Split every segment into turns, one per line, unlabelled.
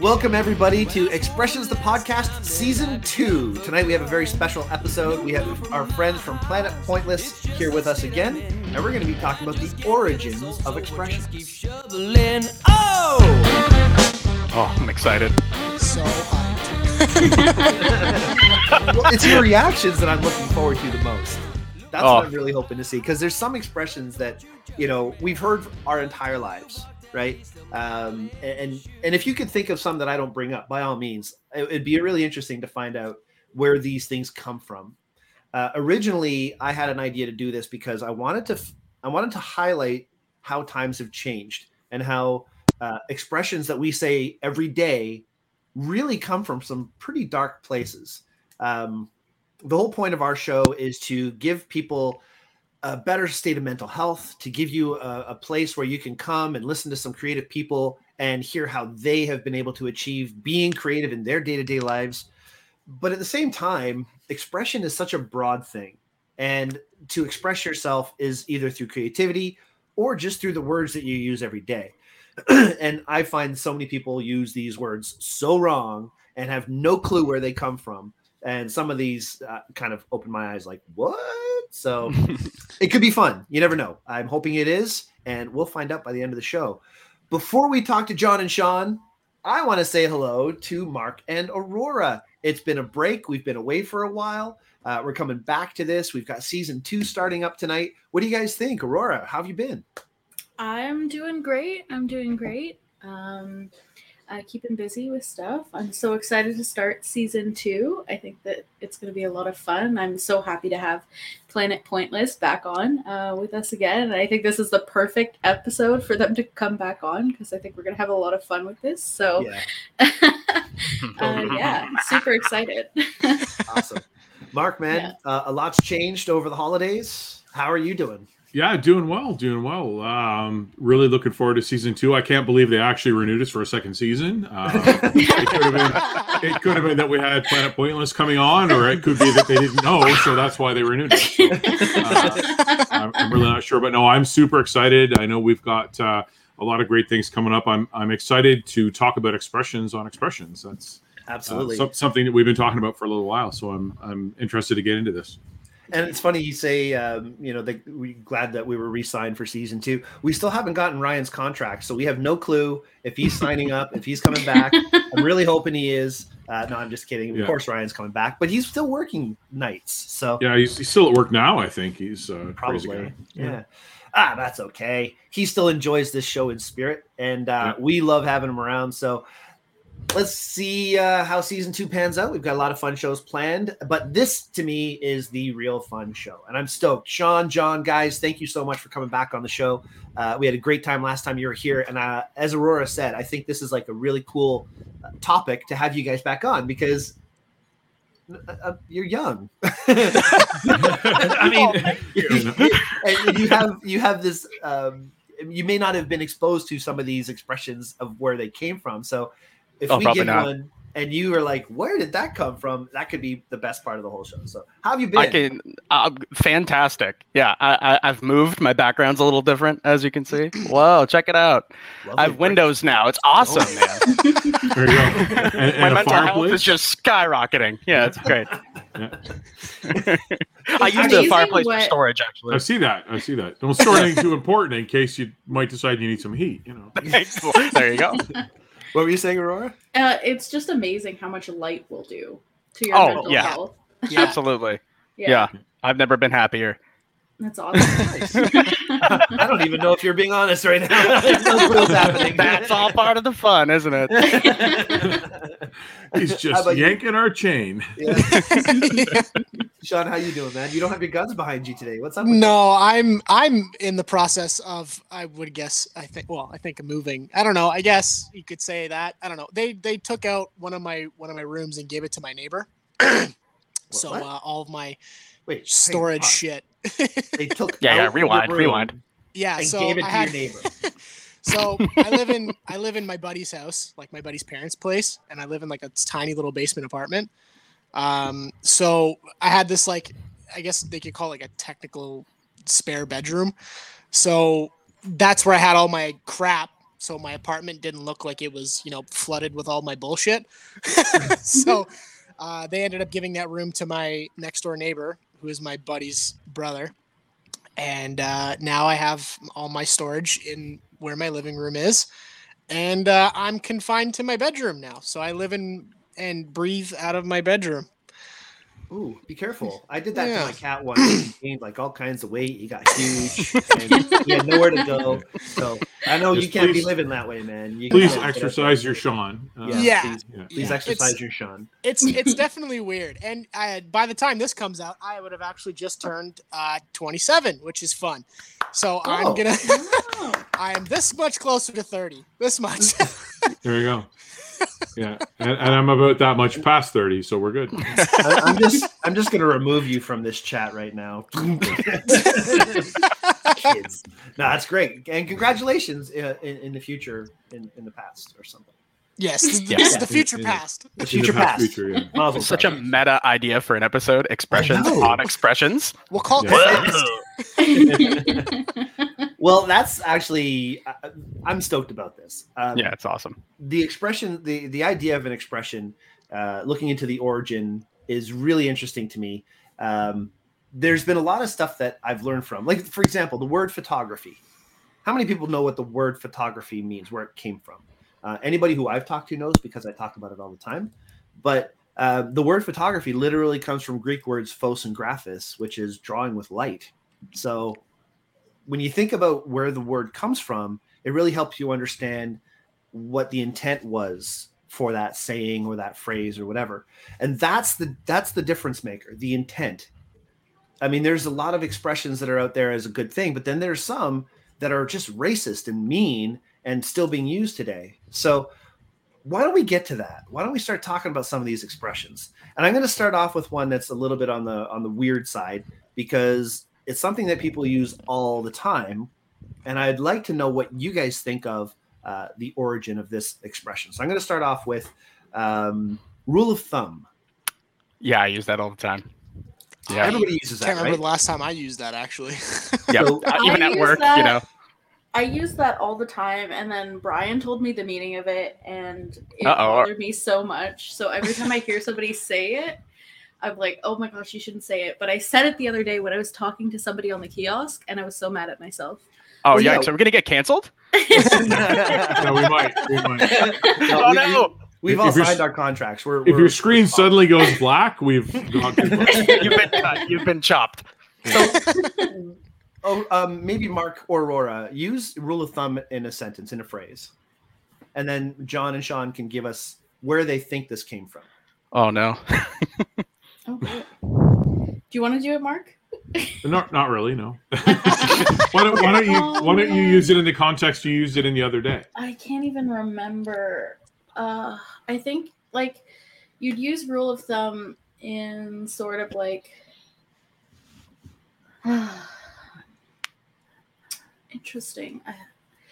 Welcome, everybody, to Expressions the Podcast Season 2. Tonight we have a very special episode. We have our friends from Planet Pointless here with us again, and we're going to be talking about the origins of expressions.
Shoveling. Oh!
Oh, I'm excited.
so hyped.
Well, it's your reactions that I'm looking forward to the most. That's
Oh.
what I'm really hoping to see because there's some expressions that you know we've heard our entire lives, right? Um, and and if you could think of some that I don't bring up, by all means, it, would be really interesting to find out where these things come from. Uh, originally, I had an idea to do this because I wanted to f- I wanted to highlight how times have changed and how uh, expressions that we say every day really come from some pretty dark places. Um, the whole point of our show is to give people a better state of mental health, to give you a, a place where you can come and listen to some creative people and hear how they have been able to achieve being creative in their day to day lives. But at the same time, expression is such a broad thing. And to express yourself is either through creativity or just through the words that you use every day. and I find so many people use these words so wrong and have no clue where they come from and some of these uh, kind of opened my eyes like what so it could be fun you never know i'm hoping it is and we'll find out by the end of the show before we talk to john and sean i want to say hello to mark and aurora it's been a break we've been away for a while uh, we're coming back to this we've got season two starting up tonight what do you guys think aurora how have you been
I'm doing great. I'm doing great. Um, uh, keeping busy with stuff. I'm so excited to start season two. I think that it's going to be a lot of fun. I'm so happy to have Planet Pointless back on uh, with us again. And I think this is the perfect episode for them to come back on because I think we're going to have a lot of fun with this. So,
yeah
uh, yeah, super excited.
awesome mark man uh, a lot's changed over the holidays how are you doing
Yeah, doing well, doing well. Um, really looking forward to season two. I can't believe they actually renewed us for a second season. Um, it, could have been, it could have been that we had Planet Pointless coming on, or it could be that they didn't know, so that's why they renewed us. So, uh, I'm, I'm really not sure, but no, I'm super excited. I know we've got uh, a lot of great things coming up. I'm I'm excited to talk about expressions on expressions. That's uh,
absolutely
some- something that we've been talking about for a little while. So I'm I'm interested to get into this.
And it's funny you say, um, you know, that we glad that we were re-signed for season two. We still haven't gotten Ryan's contract, so we have no clue if he's signing up, if he's coming back. I'm really hoping he is. Uh, no, I'm just kidding.
Yeah.
Of course, Ryan's coming back, but he's still working nights, so
Yeah, he's, he's still at work now. I think he's uh,
probably,
crazy guy.
yeah. Ah, that's okay. He still enjoys this show in spirit, and uh, we love having him around. So let's see uh, how season two pans out. We've got a lot of fun shows planned, but this to me is the real fun show, and I'm stoked. Sean, John, guys, thank you so much for coming back on the show. Uh, we had a great time last time you were here, and uh, as Aurora said, I think this is like a really cool uh, topic to have you guys back on because uh, uh, you're young. I
Oh,
mean, and you have you have this. Um, you may not have been exposed to some of these expressions of where they came from. So, if
Oh,
we
probably
give
not.
one and you are like, "Where did that come from?" That could be the best part of the whole show. So, how have you been?
I can. Uh, fantastic. Yeah, I, I, I've moved. My background's a little different, as you can see. Whoa, check it out.
Lovely
I have
break. Oh,
windows now. It's awesome, man.
There you go. And, and
My
a
mental health
fireplace?
is just skyrocketing. Yeah, it's great. I
It's
used the
amazing
fireplace for
what-
storage,
I
actually.
see that. I see that. Don't store anything too important in case you might decide you need some heat. You know.
there you go.
What were you saying, Aurora?
Uh, it's just amazing how much light will do to your
Oh,
mental
yeah.
health.
Absolutely. Yeah. I've never been happier.
That's awesome.
Nice. I don't even know if you're being honest right now. No clue what's happening.
That's all part of the fun, isn't it?
He's
How
just
about you?
yanking our chain.
Yeah. Sean, how you doing, man? You don't have your guns behind you today. What's up? with
No, I'm I'm in the process of I would guess I think well I think moving. I don't know. I guess you could say that. I don't know. They they took out one of my one of my rooms and gave it to my neighbor.
you?
So
What?
uh, all of my
Wait, hang
storage
on.
shit.
They took
Yeah,
out
yeah,
your
rewind,
room
rewind.
yeah,
And
so
gave it
I
to
had
your neighbor.
So I live in I live in my buddy's house, like my buddy's parents' place, and I live in like a tiny little basement apartment. Um, so I had this like I guess they could call it like a technical spare bedroom. So that's where I had all my crap. so my apartment didn't look like it was you know flooded with all my bullshit. so uh, they ended up giving that room to my next door neighbor, who is my buddy's brother, and uh, now I have all my storage in where my living room is, and uh, I'm confined to my bedroom now. So I live in and breathe out of my bedroom.
Ooh, be careful! I did that
Yeah.
to my cat once. He gained like all kinds of weight. He got huge. and he had nowhere to go. So I know you
Just
can't be
please-
living that way, man. You
Please
gotta get it.
exercise your Sean. Uh,
Yeah.
Yeah.
Please,
yeah.
please
Yeah.
exercise
It's-
your Sean.
It's it's definitely weird. And I, by the time this comes out, I would have actually just turned uh, 27, which is fun. So
Oh.
I'm gonna
Wow.
I am this much closer to 30. This much.
There you go. Yeah, and, and I'm about that much past thirty, so we're good.
I, I'm just I'm just gonna remove you from this chat right now. Kids. No, that's great, and congratulations uh, in, in the future, in, in the past or something.
yes, this,
Yeah.
this is the
It-
future
it-
past.
The
In
future past.
Future, yeah.
Marvel
Such a
project.
meta idea for an episode. Expressions
know.
on expressions.
We'll
Oh,
call it
Yeah.
the
Whoa.
past.
Well, that's actually I, I'm stoked about this. Um,
Yeah, it's awesome.
the expression the the idea of an expression uh, looking into the origin is really interesting to me um, there's been a lot of stuff that i've learned from like for example the word photography how many people know what the word photography means where it came from uh, anybody who i've talked to knows because i talk about it all the time but uh, the word photography literally comes from greek words phos and graphis which is drawing with light so when you think about where the word comes from it really helps you understand what the intent was for that saying or that phrase or whatever and that's the that's the difference maker the intent i mean there's a lot of expressions that are out there as a good thing but then there's some that are just racist and mean and still being used today so why don't we get to that why don't we start talking about some of these expressions and i'm going to start off with one that's a little bit on the on the weird side because it's something that people use all the time and i'd like to know what you guys think of uh, the origin of this expression. So I'm going to start off with um, rule of thumb.
Yeah, I use that all the time. Yeah.
Everybody uses
Can't
that,
remember
right?
the last time I used that actually.
Yeah,
So-
uh, even
I
at
use
work, you
that-
know.
I use that all the time, and then Brian told me the meaning of it, and it
Uh-oh.
bothered me so much. So every time I hear somebody say it, I'm like, "Oh my gosh, you shouldn't say it!" But I said it the other day when I was talking to somebody on the kiosk, and I was so mad at myself. Oh,
Oh,
Well, yeah.
yikes! Are we gonna get canceled?
Yeah, we might. We might.
No,
oh
we-
no!
We've
If-
all
if your-
signed our contracts. We're,
If
we're-
your screen
we're-
suddenly goes black, we've gone too far.
You've been cut. You've been chopped.
oh, um, maybe Mark or Aurora use rule of thumb in a sentence in a phrase, and then John and Sean can give us where they think this came from.
Oh no!
Oh, boy. do you want to do it, Mark?
Not, not really. No. why, don't, why don't you? Why don't you use it in the context you used it in the other day?
I can't even remember. Uh, I think like you'd use rule of thumb in sort of like interesting. I-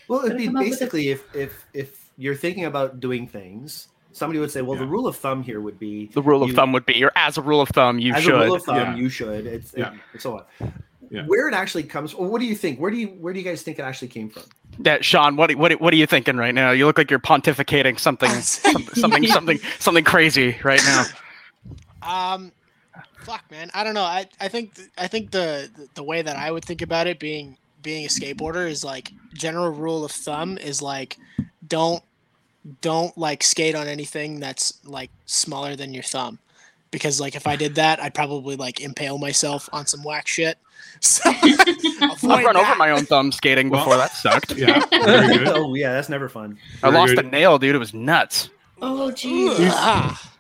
Well, it'd
Gotta
be
come up with a-
basically if if if you're thinking about doing things, somebody would say, "Well, the
Yeah.
rule of thumb here would be
The rule of
You-
thumb would be: you're as a rule of thumb, you
as
should.
a rule of thumb,
Yeah.
you should. It's
Yeah.
and so on.
Yeah.
Where it actually comes, or what do you think? Where do you where do you guys think it actually came from?
That Sean, what what what are you thinking right now? You look like you're pontificating something, something, something, something crazy right now.
Um, fuck, man. I don't know. I, I think th- I think the the way that I would think about it, being being a skateboarder, is like general rule of thumb is like don't don't like skate on anything that's like smaller than your thumb, because like if I did that, I'd probably like impale myself on some whack shit. So
I've
avoid
run over
that.
my own thumb skating
Well-
before. that sucked.
Yeah. Very good.
oh yeah, that's never fun.
I
Very
lost
good.
a nail, dude. It was nuts.
Oh
Ugh.
geez.
Ah.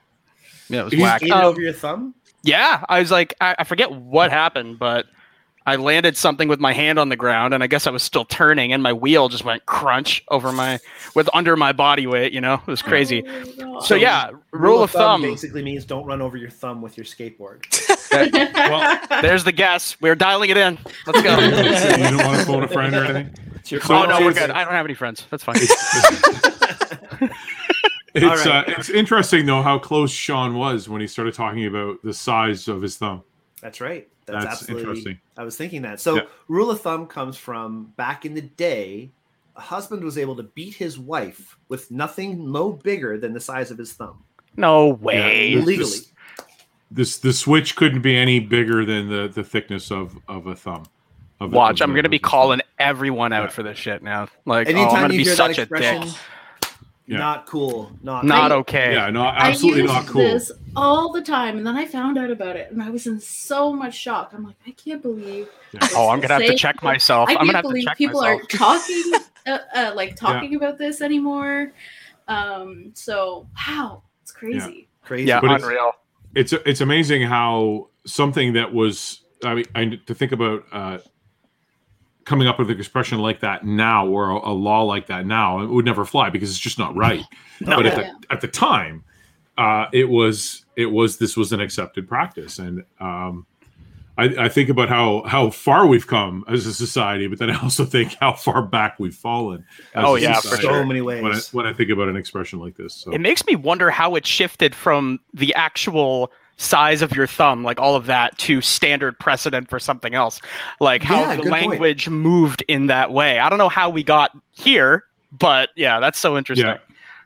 Yeah, it was
He's-
whack.
Skated
Oh,
over your thumb.
yeah, I was like, I, I forget what happened, but I landed something with my hand on the ground, and I guess I was still turning, and my wheel just went crunch over my with under my body weight. You know, it was crazy.
Oh,
So yeah, rule, of thumb.
basically means don't run over your thumb with your skateboard.
There's the guess. We're dialing it in. Let's go.
you don't want to phone a friend or anything.
It's your
oh
phone.
no, we're
It's-
good. I don't have any friends. That's fine.
It's
All right.
uh, it's interesting though how close Sean was when he started talking about the size of his thumb.
That's right. That's,
That's,
absolutely.
interesting.
I was thinking that. So
Yeah.
rule of thumb comes from back in the day. husband was able to beat his wife with nothing no bigger than the size of his thumb
No way.
Yeah. This-
legally.
Oh,
this- This the switch couldn't be any bigger than the the thickness of of a thumb. Of the-
Watch,
of
I'm
the-
gonna
of
be
the thumb.
calling everyone out
Yeah.
for this shit now. Like, oh, I'm
Anytime
gonna
you
be
hear that
such a dick.
expression,
Yeah.
not cool. Not
Not
I-
okay.
Yeah, no, absolutely
I used
not cool.
this all the time, and then I found out about it, and I was in so much shock. I'm like, I can't believe.
Yeah.
Oh, I'm gonna have to
Say-
check myself.
I
I'm
can't
gonna have to
believe
check
people
myself.
are talking, uh, uh, like talking about this anymore. Um, so wow, it's crazy.
crazy.
Yeah,
But it's-
unreal.
it's it's amazing how something that was I mean I, to think about uh, coming up with an expression like that now or a, a law like that now it would never fly because it's just not right. but at the
Yeah.
at the time, uh, it was it was this was an accepted practice, and um, I, I think about how how far we've come as a society, but then I also think how far back we've fallen. as
Oh,
a
yeah, for
so
society
sure.
many
When I,
ways.
when I think about an expression like this, so.
It makes me wonder how it shifted from the actual size of your thumb, like all of that, to standard precedent for something else. Like how
Yeah,
the
good point.
language moved in that way. I don't know how we got here, but yeah, that's so interesting.
Yeah.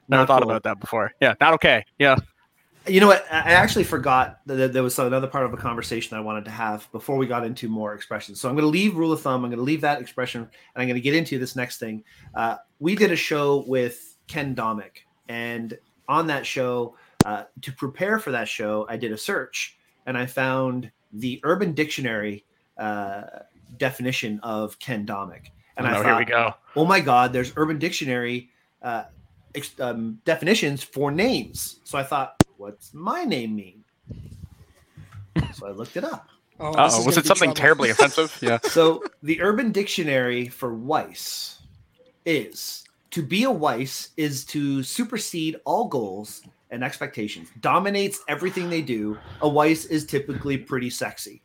Never
Not
thought
cool.
about that before. Yeah, not okay. Yeah.
You know what? I I actually forgot that- that there was another part of a conversation I wanted to have before we got into more expressions. So I'm going to leave rule of thumb. I'm going to leave that expression, and I'm going to get into this next thing. Uh, we did a show with Ken Domick, and on that show, uh, to prepare for that show, I did a search and I found the Urban Dictionary uh, definition of Ken Domick. And
oh,
I
no,
thought,
here we go.
oh my god there's urban dictionary uh, ex- um, definitions for names so i thought what's my name mean so i looked it up
Oh, this
Uh
is
oh, was
gonna
it
be
something
trouble.
terribly offensive? Yeah.
so the urban dictionary for weiss is to be a weiss is to supersede all goals and expectations dominates everything they do a weiss is typically pretty sexy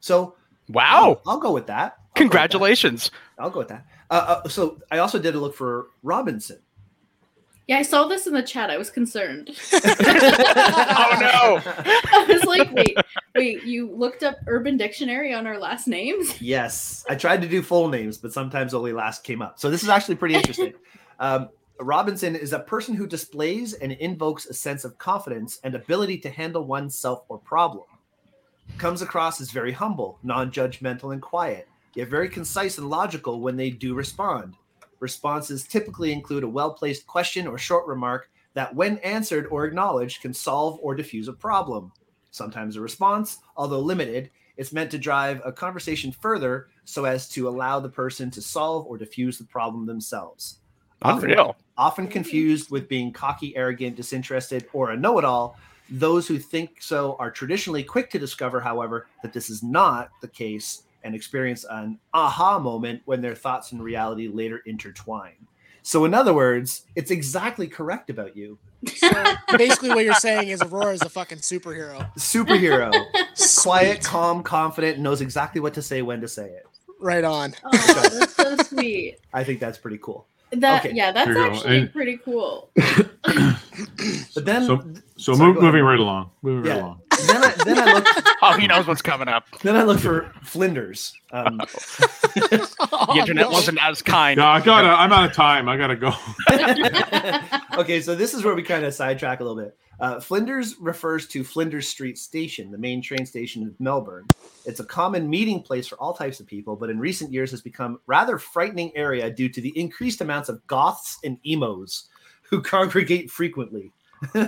so
Wow.
i'll, I'll go with that I'll go with that.
Congratulations.
i'll go with that uh, uh, so i also did a look for robinson
Yeah, I saw this in the chat. I was concerned.
Oh, no.
I was like, wait, wait, you looked up Urban Dictionary on our last names?
Yes, I tried to do full names, but sometimes only last came up. So this is actually pretty interesting. um, Robinson is a person who displays and invokes a sense of confidence and ability to handle oneself or problem. Comes across as very humble, non-judgmental, and quiet, yet very concise and logical when they do respond. Responses typically include a well-placed question or short remark that, when answered or acknowledged, can solve or diffuse a problem. Sometimes a response, although limited, it's meant to drive a conversation further so as to allow the person to solve or diffuse the problem themselves. Often,
Unreal.
often confused with being cocky, arrogant, disinterested, or a know it all, those who think so are traditionally quick to discover, however, that this is not the case and experience an aha moment when their thoughts and reality later intertwine. So, in other words, it's exactly correct about you.
So basically, what you're saying is Aurora is a fucking superhero.
Superhero, quiet,
Sweet.
calm, confident, and knows exactly what to say when to say it.
Right on.
Oh, that's so sweet.
I think that's pretty cool.
That
Okay,
yeah, that's
there you go.
actually
And-
pretty cool.
But then,
so- So
Sorry,
move-
go ahead.
moving right along, moving right
Yeah.
along.
then I then I looked
Oh, he knows what's coming up.
then I looked for Flinders. Um,
Oh,
The internet
no.
wasn't as kind.
No, I gotta. I'm out of time. I gotta go.
okay, so this is where we kind of sidetrack a little bit. Uh, Flinders refers to Flinders Street Station, the main train station of Melbourne. It's a common meeting place for all types of people, but in recent years has become rather frightening area due to the increased amounts of goths and emos who congregate frequently.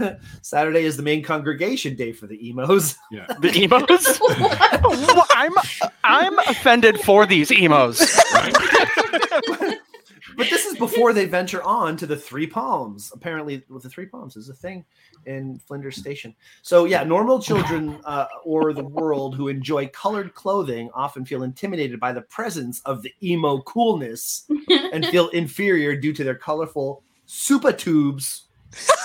Saturday is the main congregation day for the emos.
The emos? Well, I'm I'm offended for these emos.
But this is before they venture on to the Three Palms. Apparently, with the Three Palms is a thing in Flinders Station. So yeah, normal children uh, or the world who enjoy colored clothing often feel intimidated by the presence of the emo coolness and feel inferior due to their colorful super tubes,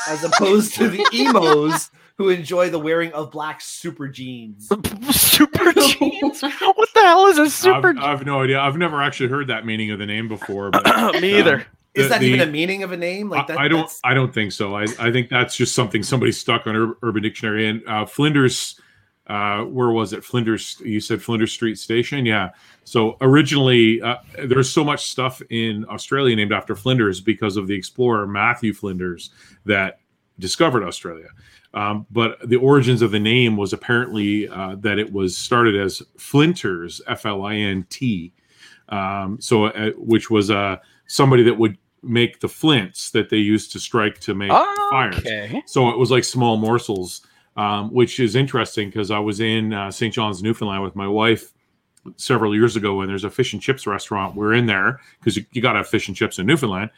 as opposed to the emos who enjoy the wearing of black super jeans.
super jeans. What the hell is a super?
I've, I've no idea. I've never actually heard that meaning of the name before. But
Me either.
Is
The-
that
the-
even a meaning of a name? Like that?
I, I don't.
that's-
I don't think so. I, I think that's just something somebody stuck on Ur- Urban Dictionary and uh, Flinders uh, where was it? Flinders. You said Flinders Street Station. Yeah. So originally, uh, there's so much stuff in Australia named after Flinders because of the explorer Matthew Flinders that discovered Australia. Um, but the origins of the name was apparently uh, that it was started as Flinters, F L I N T, um, so uh, which was uh, somebody that would make the flints that they used to strike to make fires.
Okay.
So it was like small morsels, um, which is interesting because I was in uh, St. John's, Newfoundland with my wife several years ago, and there's a fish and chips restaurant. We're in there because you, you got to have fish and chips in Newfoundland.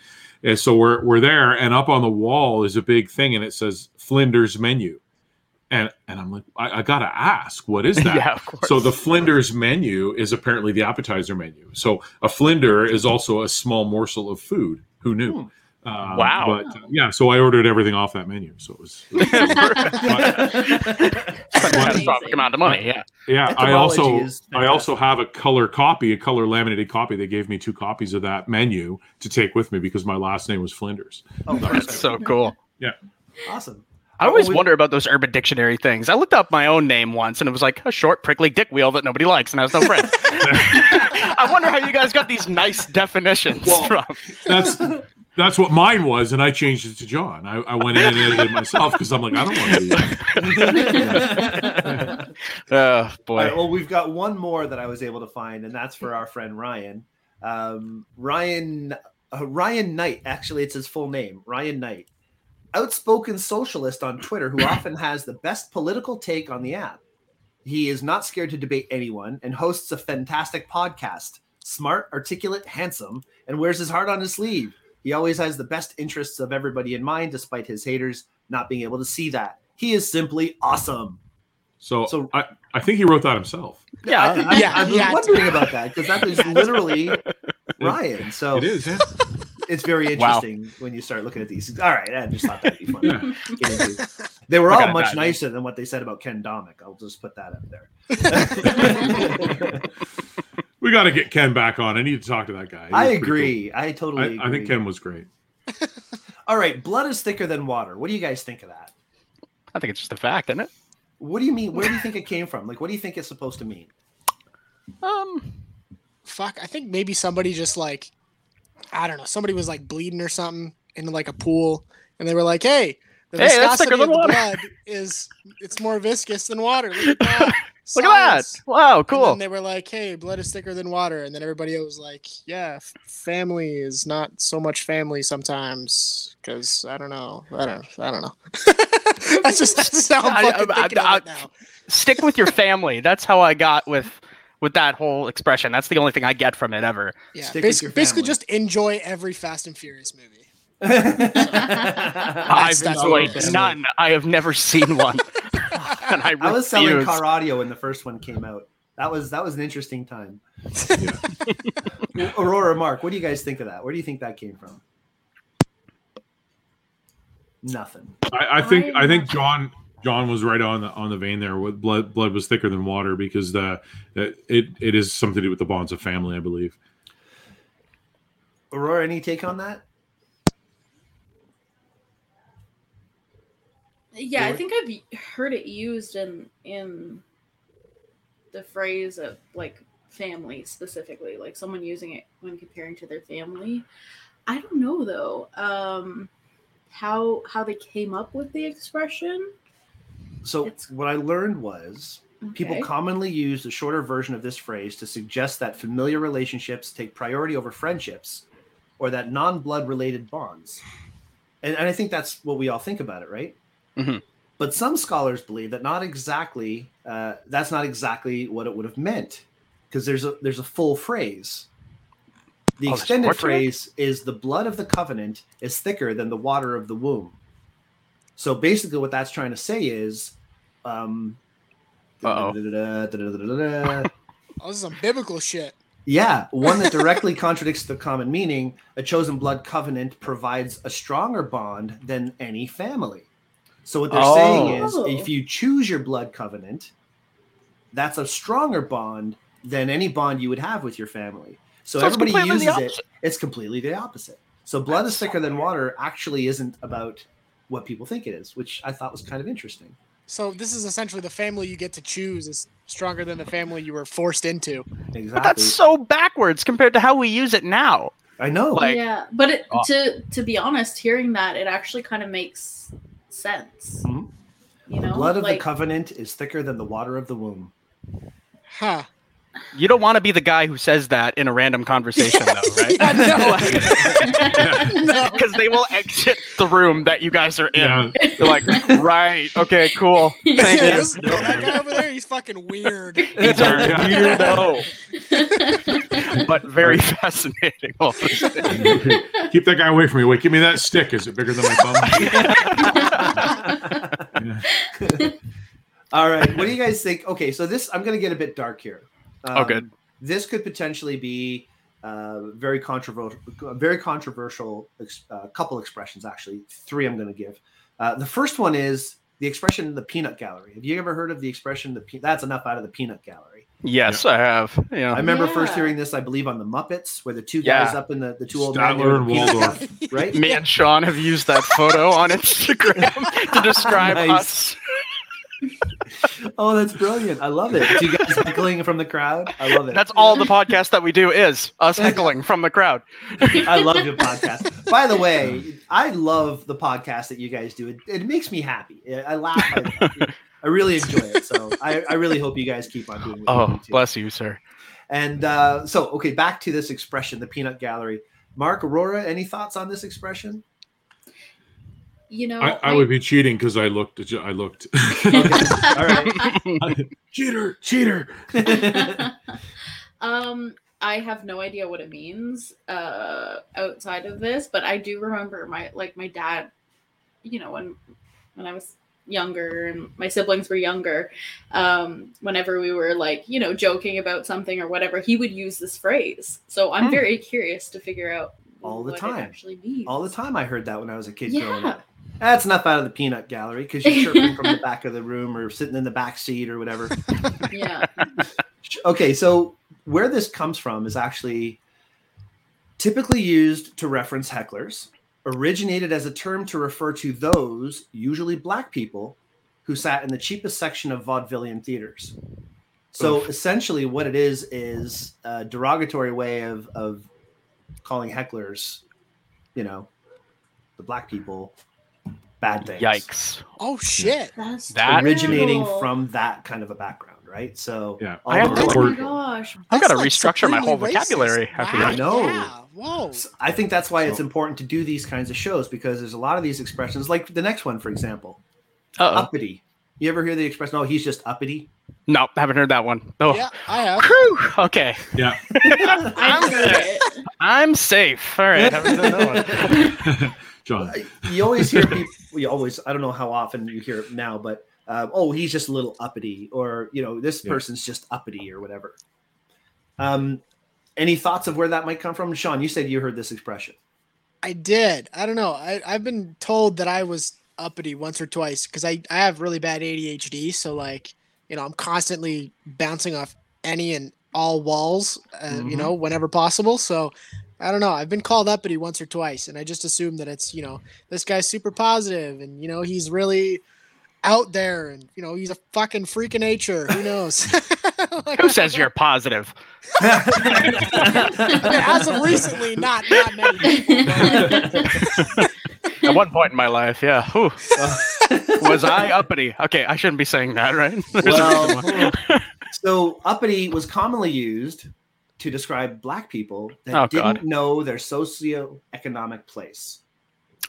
And so we're, we're there, and up on the wall is a big thing, and it says Flinders menu. And, and I'm like, I, I got to ask, what is that?
yeah, of course.
So the Flinders menu is apparently the appetizer menu. So a Flinder is also a small morsel of food. Who knew?
Hmm.
Um,
Wow.
But uh, yeah, so I ordered everything off that menu. So it was. it was-
Catastrophic amount of money. Yeah.
yeah, I
Etymology
also
is
I also have a color copy, a color laminated copy. They gave me two copies of that menu to take with me because my last name was Flinders.
Oh,
That's
perfect.
so cool.
awesome.
I always
Oh, we-
wonder about those Urban Dictionary things. I looked up my own name once, and it was like a short, prickly dick wheel that nobody likes, and I was no friend. I wonder how you guys got these nice definitions
Well,
from.
That's that's what mine was, and I changed it to John. I, I went in and edited it myself because I'm like I don't want to. Do that.
All
Oh boy.
right, well, we've got one more that I was able to find, and that's for our friend Ryan. Um, Ryan uh, Ryan Knight. Actually, it's his full name, Ryan Knight. Outspoken socialist on Twitter who often has the best political take on the app. He is not scared to debate anyone and hosts a fantastic podcast. Smart, articulate, handsome, and wears his heart on his sleeve. He always has the best interests of everybody in mind, despite his haters not being able to see that. He is simply awesome.
So,
So-
I, I think he wrote that himself.
I,
yeah.
I,
Yeah,
I was
yeah.
wondering about that because that is literally Ryan. So
It is. Yeah.
it's very
Wow.
interesting when you start looking at these. All right, I just thought that'd be fun.
Yeah.
to get into. They were
Look
all
at
much
that.
nicer than what they said about Ken Domick. I'll just put that up there.
We got to get Ken back on. I need to talk to that guy. He
I
was pretty
agree. I
cool. I,
totally. Agree.
I think Ken was great.
All right, blood is thicker than water. What do you guys think of that?
I think it's just a fact, isn't it?
What do you mean? Where do you think it came from? Like, what do you think it's supposed to mean?
Um.
Fuck, I think maybe somebody just like, I don't know, somebody was like bleeding or something in like a pool, and they were like, "Hey, the
Hey, that's
viscosity
thicker
of
than
the
water."
blood is it's more viscous than water." Look at that.
Look at
Science."
that. Wow.
And
Cool.
then they were like, "Hey, blood is thicker than water," and then everybody was like, "Yeah, f- family is not so much family sometimes because I don't know, I don't, I don't know." that's just that's just how I'm
I-
fucking
I-
thinking
I-
of it now.
Stick with your family. That's how I got with with that whole expression. That's the only thing I get from it ever.
Yeah,
Stick with
basic-
your
basically,
family.
just enjoy every Fast and Furious movie.
I
That's-
I've
that's
enjoyed
what it is.
none. I have never seen one. and I,
was selling
refuse.
car audio when the first one came out. That was that was an interesting time. Aurora, Mark, what do you guys think of that? Where do you think that came from? Nothing.
I, I think
I-
I think John John was right on the on the vein there. With blood blood was thicker than water because the, the it it is something to do with the bonds of family, I believe.
Aurora, any take on that?
Yeah, I
Really?
think I've e-, heard it used in in the phrase of like family specifically, like someone using it when comparing to their family. I don't know though um, how how they came up with the expression.
So
It's-
what I learned was people
Okay.
commonly use the shorter version of this phrase to suggest that familiar relationships take priority over friendships or that non-blood related bonds. And, and I think that's what we all think about it, right?
Mhm.
But some scholars believe that not exactly uh, that's not exactly what it would have meant because there's a there's a full phrase. The
Oh, there's more
extended
to it?
phrase is the blood of the covenant is thicker than the water of the womb. So basically, what that's trying to say is, um,
Uh-oh.
Oh, this is some biblical shit.
yeah, one that directly contradicts the common meaning. A chosen blood covenant provides a stronger bond than any family. So what they're saying is,
Oh.
if you choose your blood covenant, that's a stronger bond than any bond you would have with your family. So,
So it's
everybody
completely the
uses it.
opposite.
It's completely the opposite. So blood is thicker than water actually isn't about what people think it is, which I thought was kind of interesting.
So this is essentially the family you get to choose is stronger than the family you were forced into.
Exactly.
But that's so backwards compared to how we use it now.
I know.
like-
yeah, but it,
Oh.
to to be honest, hearing that it actually kind of makes sense.
Mhm.
You
the
know,
blood of
like,
the covenant is thicker than the water of the womb.
Huh.
You don't want to be the guy who says that in a random conversation, though, right?
Yeah, no.
Because they will exit the room that you guys are in.
Yeah.
They're like, right, okay, cool. Thank
Yeah,
you.
this- that guy over there, he's fucking weird.
It's a
Yeah.
weirdo, but very fascinating. all the same.
Keep that guy away from me. Wait, give me that stick. Is it bigger than my thumb? Yeah.
All right. What do you guys think? Okay, so this I'm going to get a bit dark here. Um,
Oh, good.
This could potentially be uh, very controversial. Very controversial. Ex- uh, couple expressions, actually, three. I'm going to give. Uh, the first one is the expression "the peanut gallery." Have you ever heard of the expression "the pe- that's enough out of the peanut gallery"?
Yes, I have.
I
Yeah.
remember first
Yeah.
hearing this, I believe, on the Muppets, where the two guys
Yeah.
up in the the two old men, they were
Statler and
the peanut
Waldorf.
gallery, right?
Me and Sean have used that photo on Instagram to describe
Nice.
us.
Oh, that's brilliant! I love it. Two guys heckling from the crowd. I love it.
That's all the podcast that we do is us heckling from the crowd.
I love your podcast. By the way, I love the podcast that you guys do. It, it makes me happy. I- I laugh. I, I really enjoy it. So I, I really hope you guys keep on doing. What you
Oh,
do too.
bless you, sir.
And uh, so, okay, back to this expression, the peanut gallery. Mark, Aurora, any thoughts on this expression?
you know,
I, I would be cheating because I looked. at you- I looked.
All right.
cheater, cheater.
um, I have no idea what it means uh, outside of this, but I do remember my like my dad. You know, when when I was younger and my siblings were younger, um, whenever we were like you know joking about something or whatever, he would use this phrase. So I'm
Hmm.
very curious to figure out
All the
what it
time.
actually means.
all the time I heard that when I was a kid growing
Yeah.
up. That's enough out of the peanut gallery because you're chirping from the back of the room or sitting in the back seat or whatever.
Yeah.
Okay, so where this comes from is actually typically used to reference hecklers, originated as a term to refer to those, usually black people, who sat in the cheapest section of vaudevillian theaters. So essentially, what it is is a derogatory way of, of calling hecklers, you know, the black people, bad things.
Yikes.
Oh shit.
That's
That-
Originating
terrible.
from that kind of a background, right? So,
Yeah.
all
I have
over
to
the
Oh my
Or-
world.
gosh.
I
That's,
gotta restructure my whole
completely
vocabulary
Wow,
after
that. I know.
Yeah. Whoa.
S- I think that's why it's
So-
important to do these kinds of shows because there's a lot of these expressions, like the next one, for example,
Uh-huh.
Uh oh.
uppity. You ever hear the expression, oh, he's just uppity?
No, haven't heard that one. Oh.
Yeah, I have.
Whew, okay.
Yeah.
I
I'm
heard
safe.
it.
I'm safe. All right. haven't done that one.
John.
you always hear people, you always, I don't know how often you hear it now, but um, oh, he's just a little uppity, or, you know, this
Yeah.
person's just uppity or whatever. Um, any thoughts of where that might come from? Sean, you said you heard this expression.
I did. I don't know. I, I've been told that I was uppity once or twice because I, I have really bad ADHD. So, like, you know, I'm constantly bouncing off any and all walls, uh, you know, whenever possible. So, I don't know. I've been called uppity once or twice. And I just assume that it's, you know, this guy's super positive and, you know, he's really out there and, you know, he's a fucking freak of nature. Who knows? Like,
Who says you're positive?
I mean, as of recently, not, not many people. but, like,
At one point in my life, yeah. Whew.
Uh,
Was I uppity? Okay, I shouldn't be saying that, right? There's a reason why.
well, so uppity was commonly used to describe black people that
Oh,
didn't
God.
know their socioeconomic place.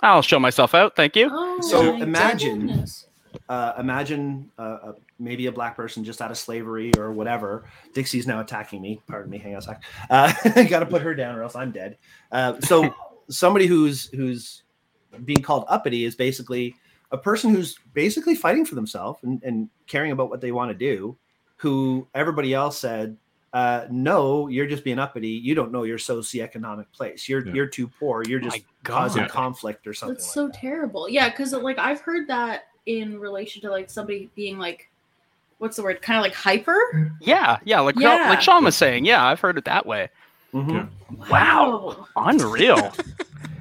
I'll show myself out. Thank you.
Oh,
So
my
imagine-
goodness.
Uh, imagine uh, uh, maybe a black person just out of slavery or whatever. Dixie's now attacking me. Pardon me. Hang on a sec. Uh, Got to put her down or else I'm dead. Uh, so somebody who's who's being called uppity is basically a person who's basically fighting for themselves and, and caring about what they want to do. Who everybody else said, uh, no, you're just being uppity. You don't know your socioeconomic place. You're
Yeah.
you're too poor. You're just
Oh My
causing
God.
conflict or something.
That's
like
so
that.
terrible. Yeah, because like I've heard that in relation to like somebody being like, what's the word? Kind of like hyper.
Yeah, yeah. Like
Yeah.
like Sean was saying. Yeah, I've heard it that way.
Mhm.
Yeah.
Wow. Unreal.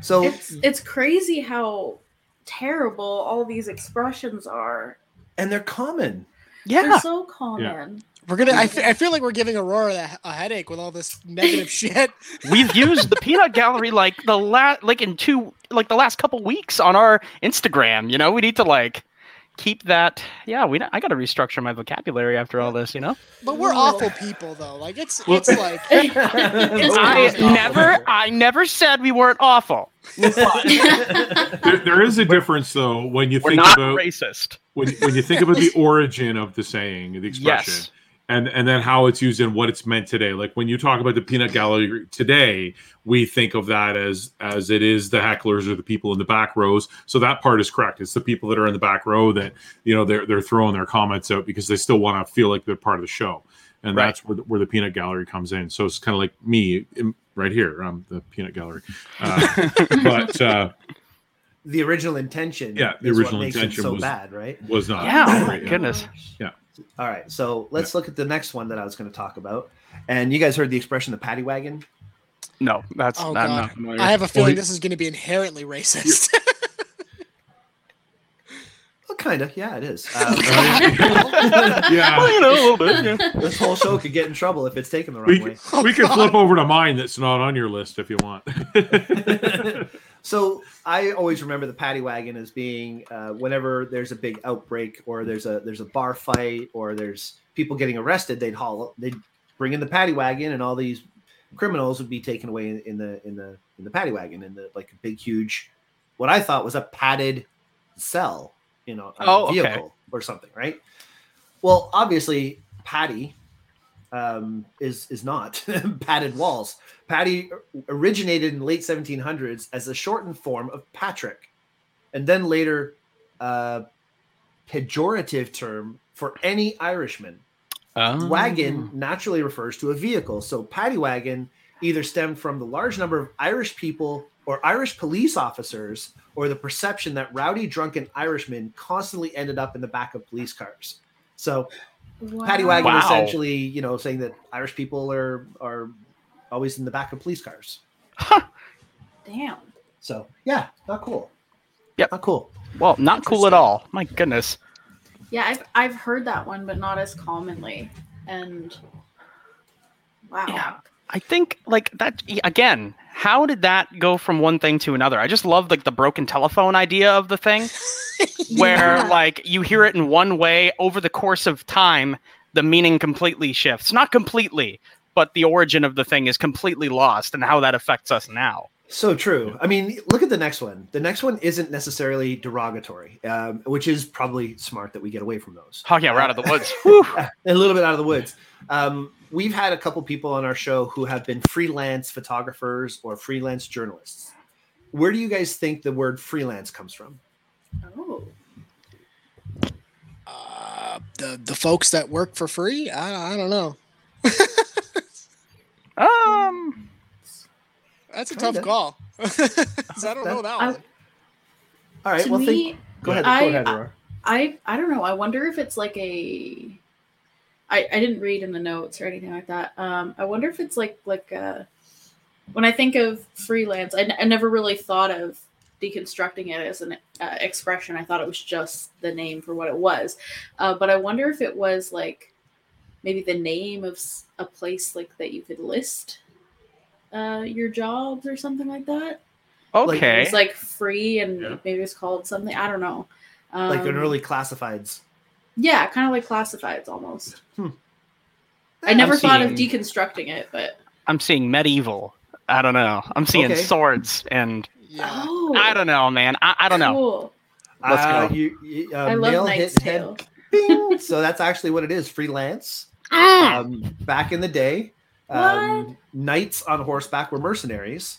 So
It's it's crazy how terrible all these expressions are.
and they're common.
They're
Yeah.
so common.
We're gonna. I, fe- I feel like we're giving Aurora the- a headache with all this negative shit.
We've used the peanut gallery like the last like in two like the last couple weeks on our Instagram, you know? We need to like keep that yeah, we I got to restructure my vocabulary after all this, you know?
But we're
No.
awful people, though. Like it's
Well-
it's like
I
It's awful.
never I never said we weren't awful.
There, there is a difference though when you
We're
think
not
about
racist.
when, when you think about the origin of the saying, the expression,
Yes.
and and then how it's used and what it's meant today. Like when you talk about the peanut gallery today, we think of that as as it is the hecklers or the people in the back rows. So that part is correct. It's the people that are in the back row that you know they're they're throwing their comments out because they still want to feel like they're part of the show, and
Right.
that's where the, where the peanut gallery comes in. So it's kind of like me in- right here. I'm the peanut gallery, uh, but uh,
the original intention.
Yeah, the
is what
original
makes it
intention
so
was-
bad, right?
was not.
Yeah, oh my
great.
goodness.
All right, so let's look at the next one that I was going to talk about. And you guys heard the expression the paddy wagon.
No, that's
Oh,
I'm
God.
not familiar.
I have a feeling
Well,
this is going to be inherently racist.
Well, kind of, yeah, it is. Um,
Yeah.
you know, a little bit. yeah.
this whole show could get in trouble if it's taken the wrong
We
way.
can, we can flip over to mine that's not on your list if you want.
so I always remember the paddy wagon as being uh, whenever there's a big outbreak or there's a there's a bar fight or there's people getting arrested, they'd haul they'd bring in the paddy wagon and all these criminals would be taken away in, in the in the in the paddy wagon in the like a big huge what I thought was a padded cell, you know, on a
Oh, okay.
vehicle or something, right? Well, obviously, Patty um, is is not padded walls. Patty originated in the late 1700s as a shortened form of Patrick, and then later uh, pejorative term for any Irishman.
Um,
Wagon naturally refers to a vehicle, so paddy wagon either stemmed from the large number of Irish people or Irish police officers, or the perception that rowdy, drunken Irishmen constantly ended up in the back of police cars. So
Wow.
Paddy Wagon
Wow.
essentially, you know, saying that Irish people are are always in the back of police cars.
Damn.
So yeah, not cool.
Yep.
not cool.
Well, not cool at all. My goodness.
Yeah, I've I've heard that one, but not as commonly. And wow.
Yeah. I think like that again. How did that go from one thing to another? I just love like the broken telephone idea of the thing, where
Yeah.
like you hear it in one way over the course of time, the meaning completely shifts. Not completely, but the origin of the thing is completely lost, and how that affects us now.
So true. I mean, look at the next one. The next one isn't necessarily derogatory, um, which is probably smart that we get away from those.
Oh yeah, we're out of the woods. Whew.
a little bit out of the woods. Um, we've had a couple people on our show who have been freelance photographers or freelance journalists. Where do you guys think the word freelance comes from?
Oh.
Uh, the the folks that work for free. I, I don't know.
Um,
That's a
Kinda.
tough call. 'Cause I don't know that
I-
one.
All right.
to
well,
me,
think. Go ahead.
I-
go ahead, Aurora.
I I don't know. I wonder if it's like a I I didn't read in the notes or anything like that. Um I wonder if it's like like uh when I think of freelance, I, n- I never really thought of deconstructing it as an uh, expression. I thought it was just the name for what it was. Uh, but I wonder if it was like maybe the name of s- a place like that you could list uh, your jobs or something like that.
Like,
okay.
It's like free and
Yeah.
maybe it's called something. I don't know. Um,
like an early classifieds.
yeah, kind of like classifieds almost.
Hmm.
I never
I'm
thought of
seeing-
deconstructing it, but
I'm seeing medieval. I don't know. I'm seeing
Okay.
swords and
Yeah.
oh,
I don't know, man. I, I don't know.
Cool.
Let's
Uh,
go.
you, you, uh,
I love
nail
Knight's
hit head.
Tale.
Bing. so that's actually what it is. Freelance.
Ah.
Mm.
Um, back in the day, um, knights on horseback were mercenaries,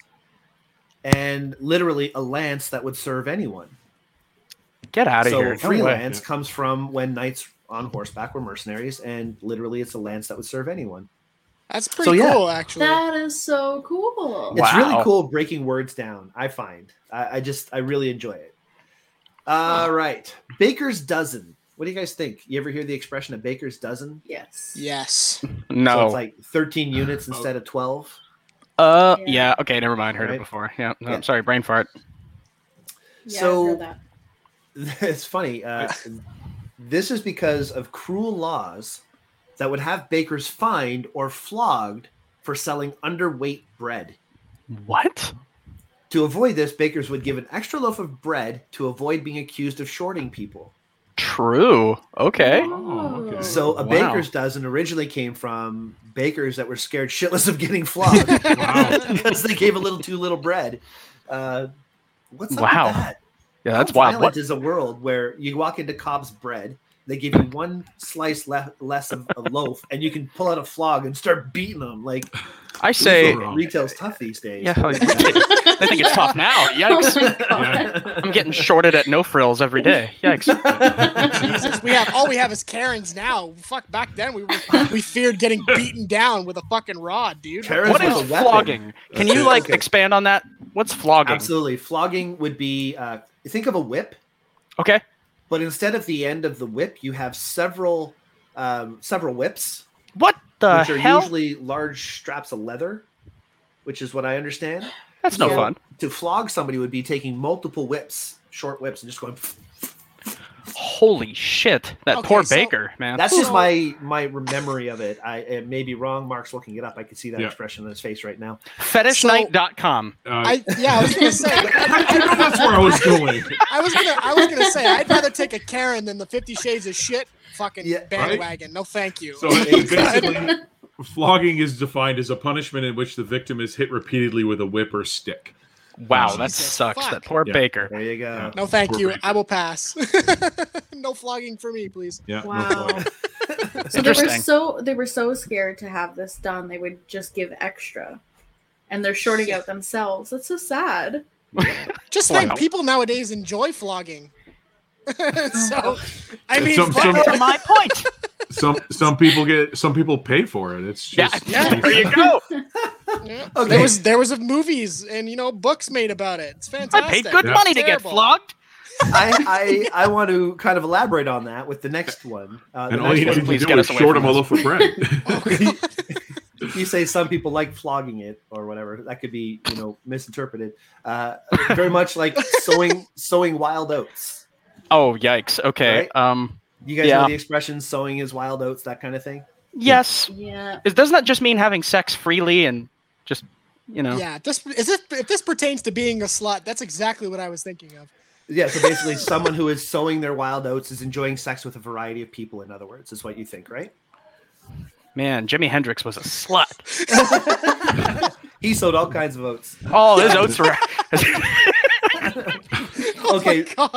and literally a lance that would serve anyone.
Get out of
so
here. No way.
freelance comes from when knights on horseback were mercenaries, and literally it's a lance that would serve anyone.
That's pretty
yeah.
cool, actually.
That is so cool.
It's really
Wow.
cool breaking words down. I find I, I just I really enjoy it. All right, baker's dozen. What do you guys think? You ever hear the expression a baker's dozen?
Yes.
Yes.
So
No.
it's like 13 units instead of 12.
uh,
Yeah.
yeah. Okay, never mind. Heard
Right.
it before. Yeah. No,
Yeah.
Sorry, brain fart.
Yeah, I've
So-
heard that.
it's funny. Uh, This is because of cruel laws that would have bakers fined or flogged for selling underweight bread.
What?
To avoid this, bakers would give an extra loaf of bread to avoid being accused of shorting people.
True. Okay.
Oh, okay.
So a
Wow.
baker's dozen originally came from bakers that were scared shitless of getting flogged
Wow.
because they gave a little too little bread. Uh, what's up
Wow.
with that?
Yeah, that's
How
wild.
violent
What?
is a world where you walk into Cobb's Bread, they give you one slice le- less of a loaf, and you can pull out a flog and start beating them. Like
I say,
Wrong.
retail's tough these days.
yeah, I think it's tough now.
Oh
Yikes.
my God.
I'm getting shorted at no frills every day. Yikes.
Jesus, we have all we have is Karens now. Fuck, back then we were, we feared getting beaten down with a fucking rod, dude.
Karens
What
That's not
is
a weapon.
flogging? Can
Okay,
you like
okay.
expand on that? What's flogging?
Absolutely. Flogging would be uh, think of a whip,
Okay.
but instead of the end of the whip, you have several um, several whips,
What the
which are
hell?
usually large straps of leather, which is what I understand.
That's no
Yeah.
fun.
To flog somebody would be taking multiple whips, short whips, and just going.
Holy shit! That
Okay,
poor
so-
baker, man.
That's just
So-
my my memory of it. I it may be wrong. Mark's looking it up. I can see that
Yeah.
expression on his face right now.
Fetishnight.com.
Uh,
I, yeah, I was gonna say.
I know that's where I was going.
I was gonna. I was gonna say. I'd rather take a Karen than the Fifty Shades of Shit fucking
Yeah.
bandwagon. No, thank you.
So it- basically, flogging is defined as a punishment in which the victim is hit repeatedly with a whip or stick.
Wow, that
Jesus,
sucks.
fuck.
That poor
Yeah.
baker.
There you go.
no, thank
Poor
you.
baby.
I will pass. no flogging for me, please.
Yeah. no
Wow.
flogging.
so they were
Interesting.
so they were so scared to have this done, they would just give extra, and they're shorting out themselves. That's so sad.
Oh,
Just think,
Wow.
people nowadays enjoy flogging. so, I
It's
mean,
some-
fuck
some-
it.
my point.
Some some people get some people pay for it. It's
Yeah,
just
Yeah.
there you go.
Yeah.
Okay.
There was there was of movies and you know books made about it. It's
I
fantastic.
paid good
Yeah.
money to get
Terrible.
flogged.
I, I I want to kind of elaborate on that with the next one. Uh, the
and all you
next
need
one-
please
to
get
do is
us away
short
from
them a loaf of bread.
you say some people like flogging it or whatever. That could be you know misinterpreted. Uh, very much like sowing sowing wild oats.
Oh, yikes. Okay.
Right?
Um.
You guys
Yeah.
know the expression "sowing his wild oats," that kind of thing.
Yes.
Yeah.
Is, doesn't that just mean having sex freely and just you know?
Yeah, this is if, if this pertains to being a slut, that's exactly what I was thinking of.
Yeah. So basically, someone who is sowing their wild oats is enjoying sex with a variety of people. In other words, is what you think, right?
Man, Jimi Hendrix was a slut.
He sowed all kinds of oats.
All his oats were.
Okay,
God,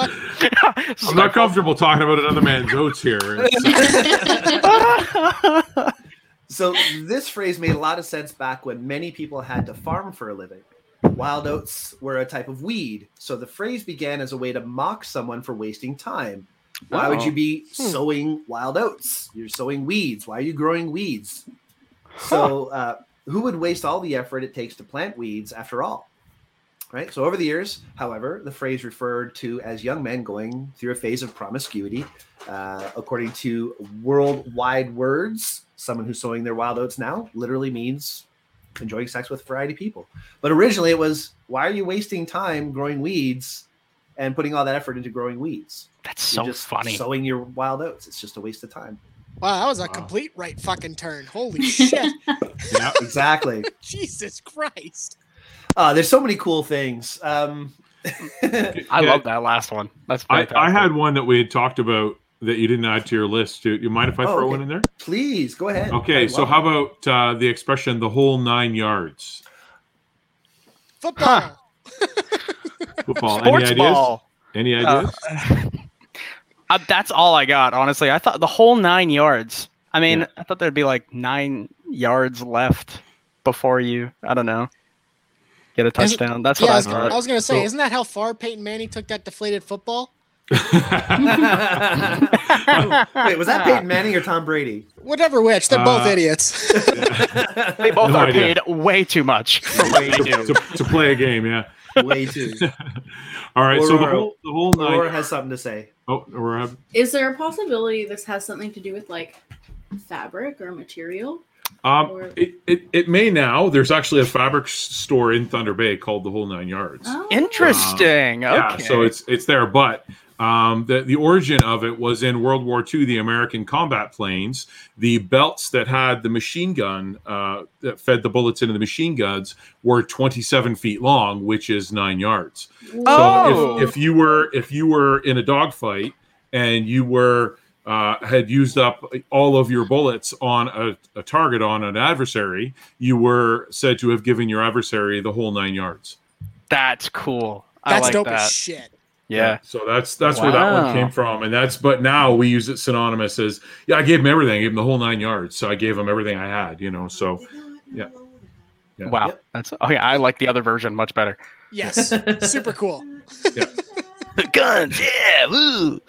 I'm not comfortable talking about another man's oats here. It's-
So this phrase made a lot of sense back when many people had to farm for a living. Wild oats were a type of weed, so the phrase began as a way to mock someone for wasting time. Why would
Oh.
you be sowing wild oats? You're sowing weeds. Why are you growing weeds? So uh, who would waste all the effort it takes to plant weeds after all? Right. So over the years, however, the phrase referred to as young men going through a phase of promiscuity uh, according to worldwide words, someone who's sowing their wild oats now literally means enjoying sex with a variety of people. But originally it was, why are you wasting time growing weeds and putting all that effort into growing weeds?
That's
You're
so
just
funny.
Sowing your wild oats. It's just a waste of time.
wow, that was a
Wow.
complete right fucking turn. Holy shit,
yeah.
Exactly.
Jesus Christ!
uh, there's so many cool things. Um,
I
Yeah.
love that last one. That's
I,
fantastic.
I had one that we had talked about that you didn't add to your list. Do you mind if I
Oh,
throw
okay.
one in there?
please go ahead.
Okay.
I
So
love
how about uh, the expression "the whole nine yards"?
Football.
Huh.
Football. Any
sports
ideas?
ball.
Any
Uh,
ideas?
Uh, that's all I got, honestly. I thought the whole nine yards. I mean,
Yeah.
I thought there'd be like nine yards left before you. I don't know. Get a
Is it-
touchdown. That's
Yeah, I
what I
was,
all right.
thought.
I was gonna say,
So-
isn't that how far Peyton Manning took that deflated football?
it. Wait, was that Peyton Manning or Tom Brady?
Whatever, which they're both
Uh,
idiots.
They both
No
are
idea.
paid way too much for what they
to,
do.
to- to play a game, yeah.
Way too.
All right, so the
Aurora.
whole the whole nine.
Aurora has something to say.
Oh, Aurora.
Is there a possibility this has something to do with like fabric or material?
Um, it, it it may now. There's actually a fabric s- store in Thunder Bay called the Whole Nine Yards.
Oh.
Interesting.
Yeah,
okay.
so it's it's there, but Um, the, the origin of it was in World War II, the American combat planes, the belts that had the machine gun uh, that fed the bullets into the machine guns were 27 feet long, which is nine yards. So
Oh.
if, if you were if you were in a dogfight and you were uh, had used up all of your bullets on a, a target on an adversary, you were said to have given your adversary the whole nine yards.
That's cool. I
That's
like
dope
that.
as shit.
yeah.
So that's that's where that one
Wow.
came from, and that's but now we use it synonymous as yeah. I gave him everything. I gave him the whole nine yards. So I gave him everything I had. You know. So yeah. Yeah.
Wow.
Yep.
That's oh yeah. I like the other version much better.
Yes, super cool.
Guns. Yeah. Woo.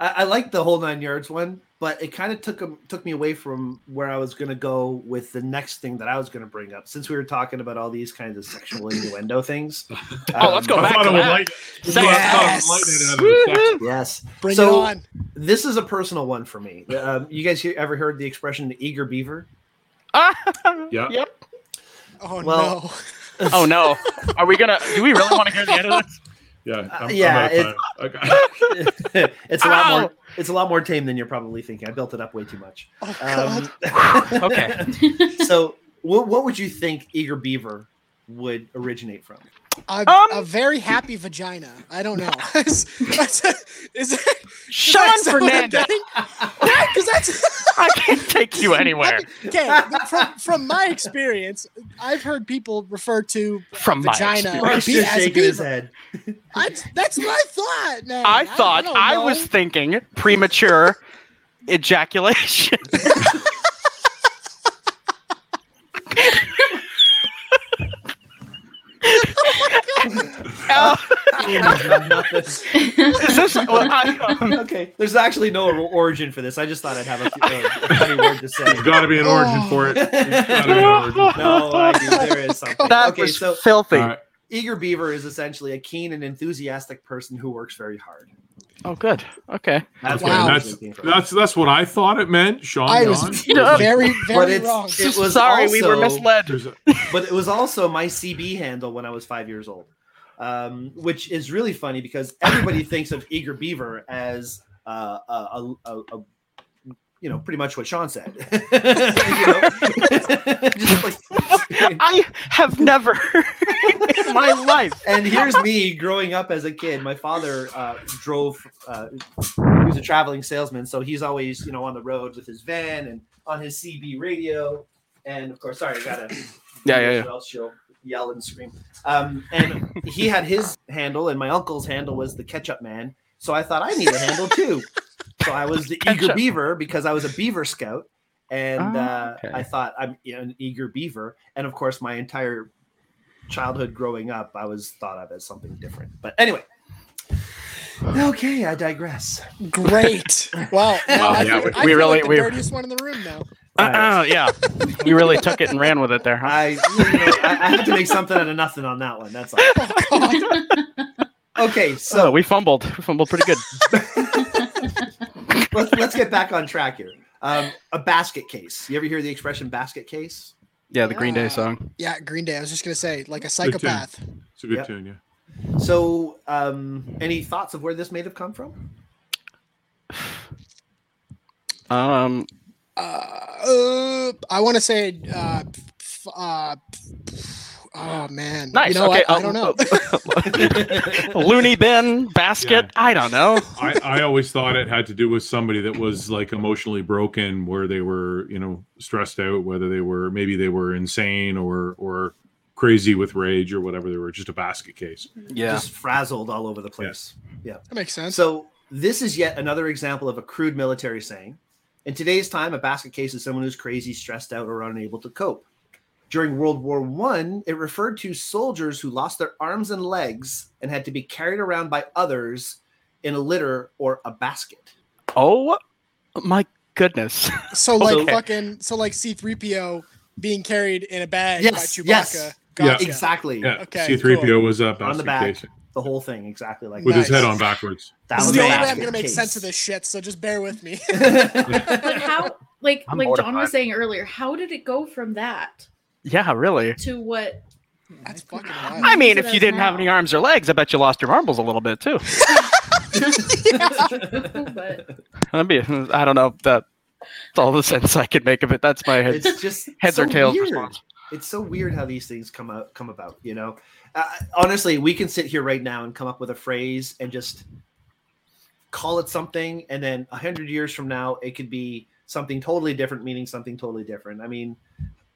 I, I like the whole nine yards one, but it kind of took 'em- took me away from where I was going to go with the next thing that I was going to bring up, since we were talking about all these kinds of sexual innuendo things. Um,
Oh, let's go
I
back
thought
to
I would
that.
like.
Sex.
Yes.
Yes.
Yes,
Bring
So-
it on.
this is a personal one for me. Um, you guys hear, ever heard the expression the "eager beaver"?
Yeah.
Yep.
Oh
Well,
no.
Oh no. Are we gonna? Do we really want to hear the end of this?
Yeah. I'm, I'm
yeah,
out of
it-
time. Okay.
it's a lot
Ow!
more. It's a lot more tame than you're probably thinking. I built it up way too much.
Oh god.
Um,
Okay.
so, what, what would you think "eager beaver" would originate from?
a,
um,
a very happy vagina. I don't know. is, is that- is that
Sean
someone
Fernandez.
getting- Yeah, 'cause that's
I can't take you anywhere
okay. From, from my experience, I've heard people refer to
from my
Vagina.
experience.
Russ
be-
just
as a
shaking his
beaver.
head.
I, that's my thought. Man.
I thought
don't
I,
know.
was thinking premature ejaculation. Uh, is this, well, I- um,
okay, there's actually no origin for this. I just thought I'd have a, few, a funny word to
There's got to be an origin
Oh.
for it. There's gotta be an origin.
no, I do. There is something.
that
okay,
was
so
filthy.
All right.
eager beaver is essentially a keen and enthusiastic person who works very hard.
Oh, good. Okay.
That's
Wow.
what
That's that's that's what I thought it meant, Sean.
I
Don.
was
No.
very,
But
very
it's,
wrong.
it was
sorry we were
also-
misled.
There's a-
but it was also my CB handle when I was five years old, um, which is really funny because everybody thinks of Eager Beaver as uh, a, a, a, a- you know, pretty much what Sean said. You know? Just like-
I have never in my life.
and here's me growing up as a kid. My father uh, drove. Uh, he was a traveling salesman, so he's always you know on the road with his van and on his CB radio. And of course, sorry, I gotta
Yeah, yeah, yeah.
Or else she'll yell and scream. Um, and he had his handle, and my uncle's handle was the Ketchup Man. So I thought I need a handle too. So I was the eager
Ketchup.
beaver because I was a Beaver Scout, and
Oh,
uh,
okay.
I thought I'm you know, an eager beaver. And of course, my entire childhood growing up, I was thought of as something different. But anyway. Okay, I digress.
Great. Wow.
Wow,
I
yeah,
feel-
we-
I feel
we really-
like the
we-
dirtiest one in the room now.
Uh, yeah, we really took it and ran with it there. Huh?
I, you know, I, I had to make something out of nothing on that one. That's all.
Oh, God.
Okay, so
So Oh, we fumbled. We fumbled pretty good.
let's, let's get back on track here. Um, a basket case. You ever hear the expression basket case?
Yeah, the Green Day
Yeah.
song.
Yeah, Green Day. I was just gonna say, like a
tune.
psychopath.
It's a good
Yep.
tune. Yeah.
So, um, any thoughts of where this may have come from?
Um,
Uh, uh, I want to say, uh, f- uh, oh man.
nice.
You know
okay,
what? I
um,
don't know.
Looney bin basket.
Yeah.
I don't know.
I, I always thought it had to do with somebody that was like emotionally broken, where they were, you know, stressed out, whether they were maybe they were insane or or crazy with rage or whatever. They were just a basket case.
Mm.
Yeah.
Just frazzled all over the place.
That makes sense.
So, this is yet another example of a crude military saying. In today's time, a basket case is someone who's crazy, stressed out, or unable to cope. During World War One, it referred to soldiers who lost their arms and legs and had to be carried around by others in a litter or a basket.
oh my goodness.
So like
Okay.
fucking so like C three PO being carried in a bag
Yes,
by Chewbacca.
yes.
Gotcha.
Exactly.
Yeah.
Okay,
C3PO
cool.
was a basket
the back.
case
the whole thing exactly like
with
that.
his head
Nice.
on backwards.
That
This is
was
the
a
only way I'm
basket
gonna make
case.
sense of this shit. So just bear with me.
but how like
I'm
like
mortified.
John was saying earlier, how did it go from that
Yeah, really.
to what
That's fucking
I
wild.
mean,
That's
if
what
you
I
didn't have
thought.
any arms or legs, I bet you lost your marbles a little bit too.
but
That'd be, I don't know. if That, that's all the sense I could make of it. That's my head,
it's just
heads
so
or tails
weird.
response.
It's so weird how these things come out come about. You know, uh, honestly, we can sit here right now and come up with a phrase and just call it something, and then a hundred years from now, it could be something totally different, meaning something totally different. I mean,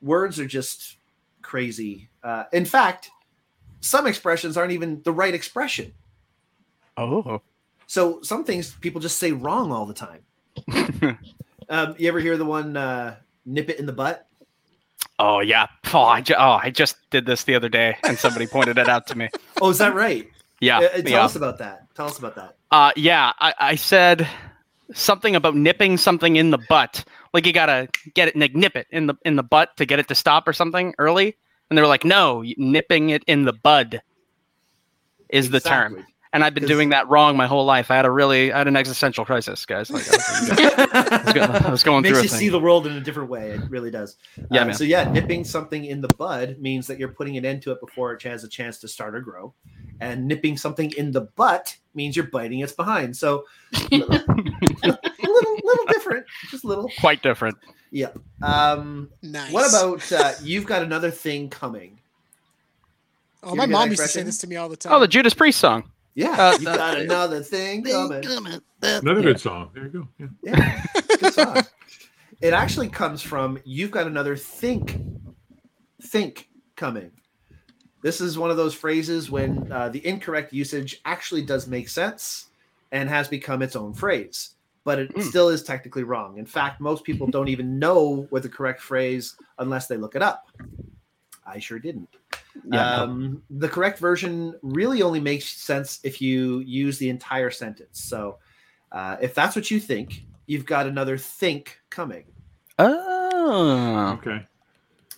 words are just crazy. Uh, in fact, some expressions aren't even the right expression.
Oh,
So some things people just say wrong all the time. um, you ever hear the one uh, "nip it in the butt"?
oh yeah. Oh I, ju- oh, I just did this the other day, and somebody pointed it out to me.
Oh, is that right?
Yeah,
Uh, tell
yeah.
us about that. Tell us about that.
Uh, yeah, I, I said something about nipping something in the butt. Like you gotta get it, like nip it in the in the butt to get it to stop or something early. And they were like, "No, you- nipping it in the bud is the term."
Exactly.
And I've been
'Cause-
doing that wrong my whole life. I had a really, I had an existential crisis, guys. Like, I, was, I was going, I was going through
Makes
a
you see
thing.
the world in a different way. It really does.
Yeah,
Um,
man.
so yeah, nipping something in the bud means that you're putting an end to it before it has a chance to start or grow, and nipping something in the butt means you're biting its behind. So a little, little different, just little.
Quite different.
Um,
Nice.
What about uh, you've got another thing coming?
Oh, my
You're
mom
gonna
used to say
impress
this to me all the time.
Oh, the Judas Priest song.
Yeah,
Uh,
you've
uh,
got another thing coming.
Another good song. There you go. Yeah.
Yeah, good song. It actually comes from you've got another think, think coming. This is one of those phrases when uh, the incorrect usage actually does make sense and has become its own phrase, but it
Mm.
still is technically wrong. In fact, most people don't even know what the correct phrase unless they look it up. I sure didn't.
Yeah, no.
um, the correct version really only makes sense if you use the entire sentence. So uh, if that's what you think, you've got another think coming,
Oh,
Okay.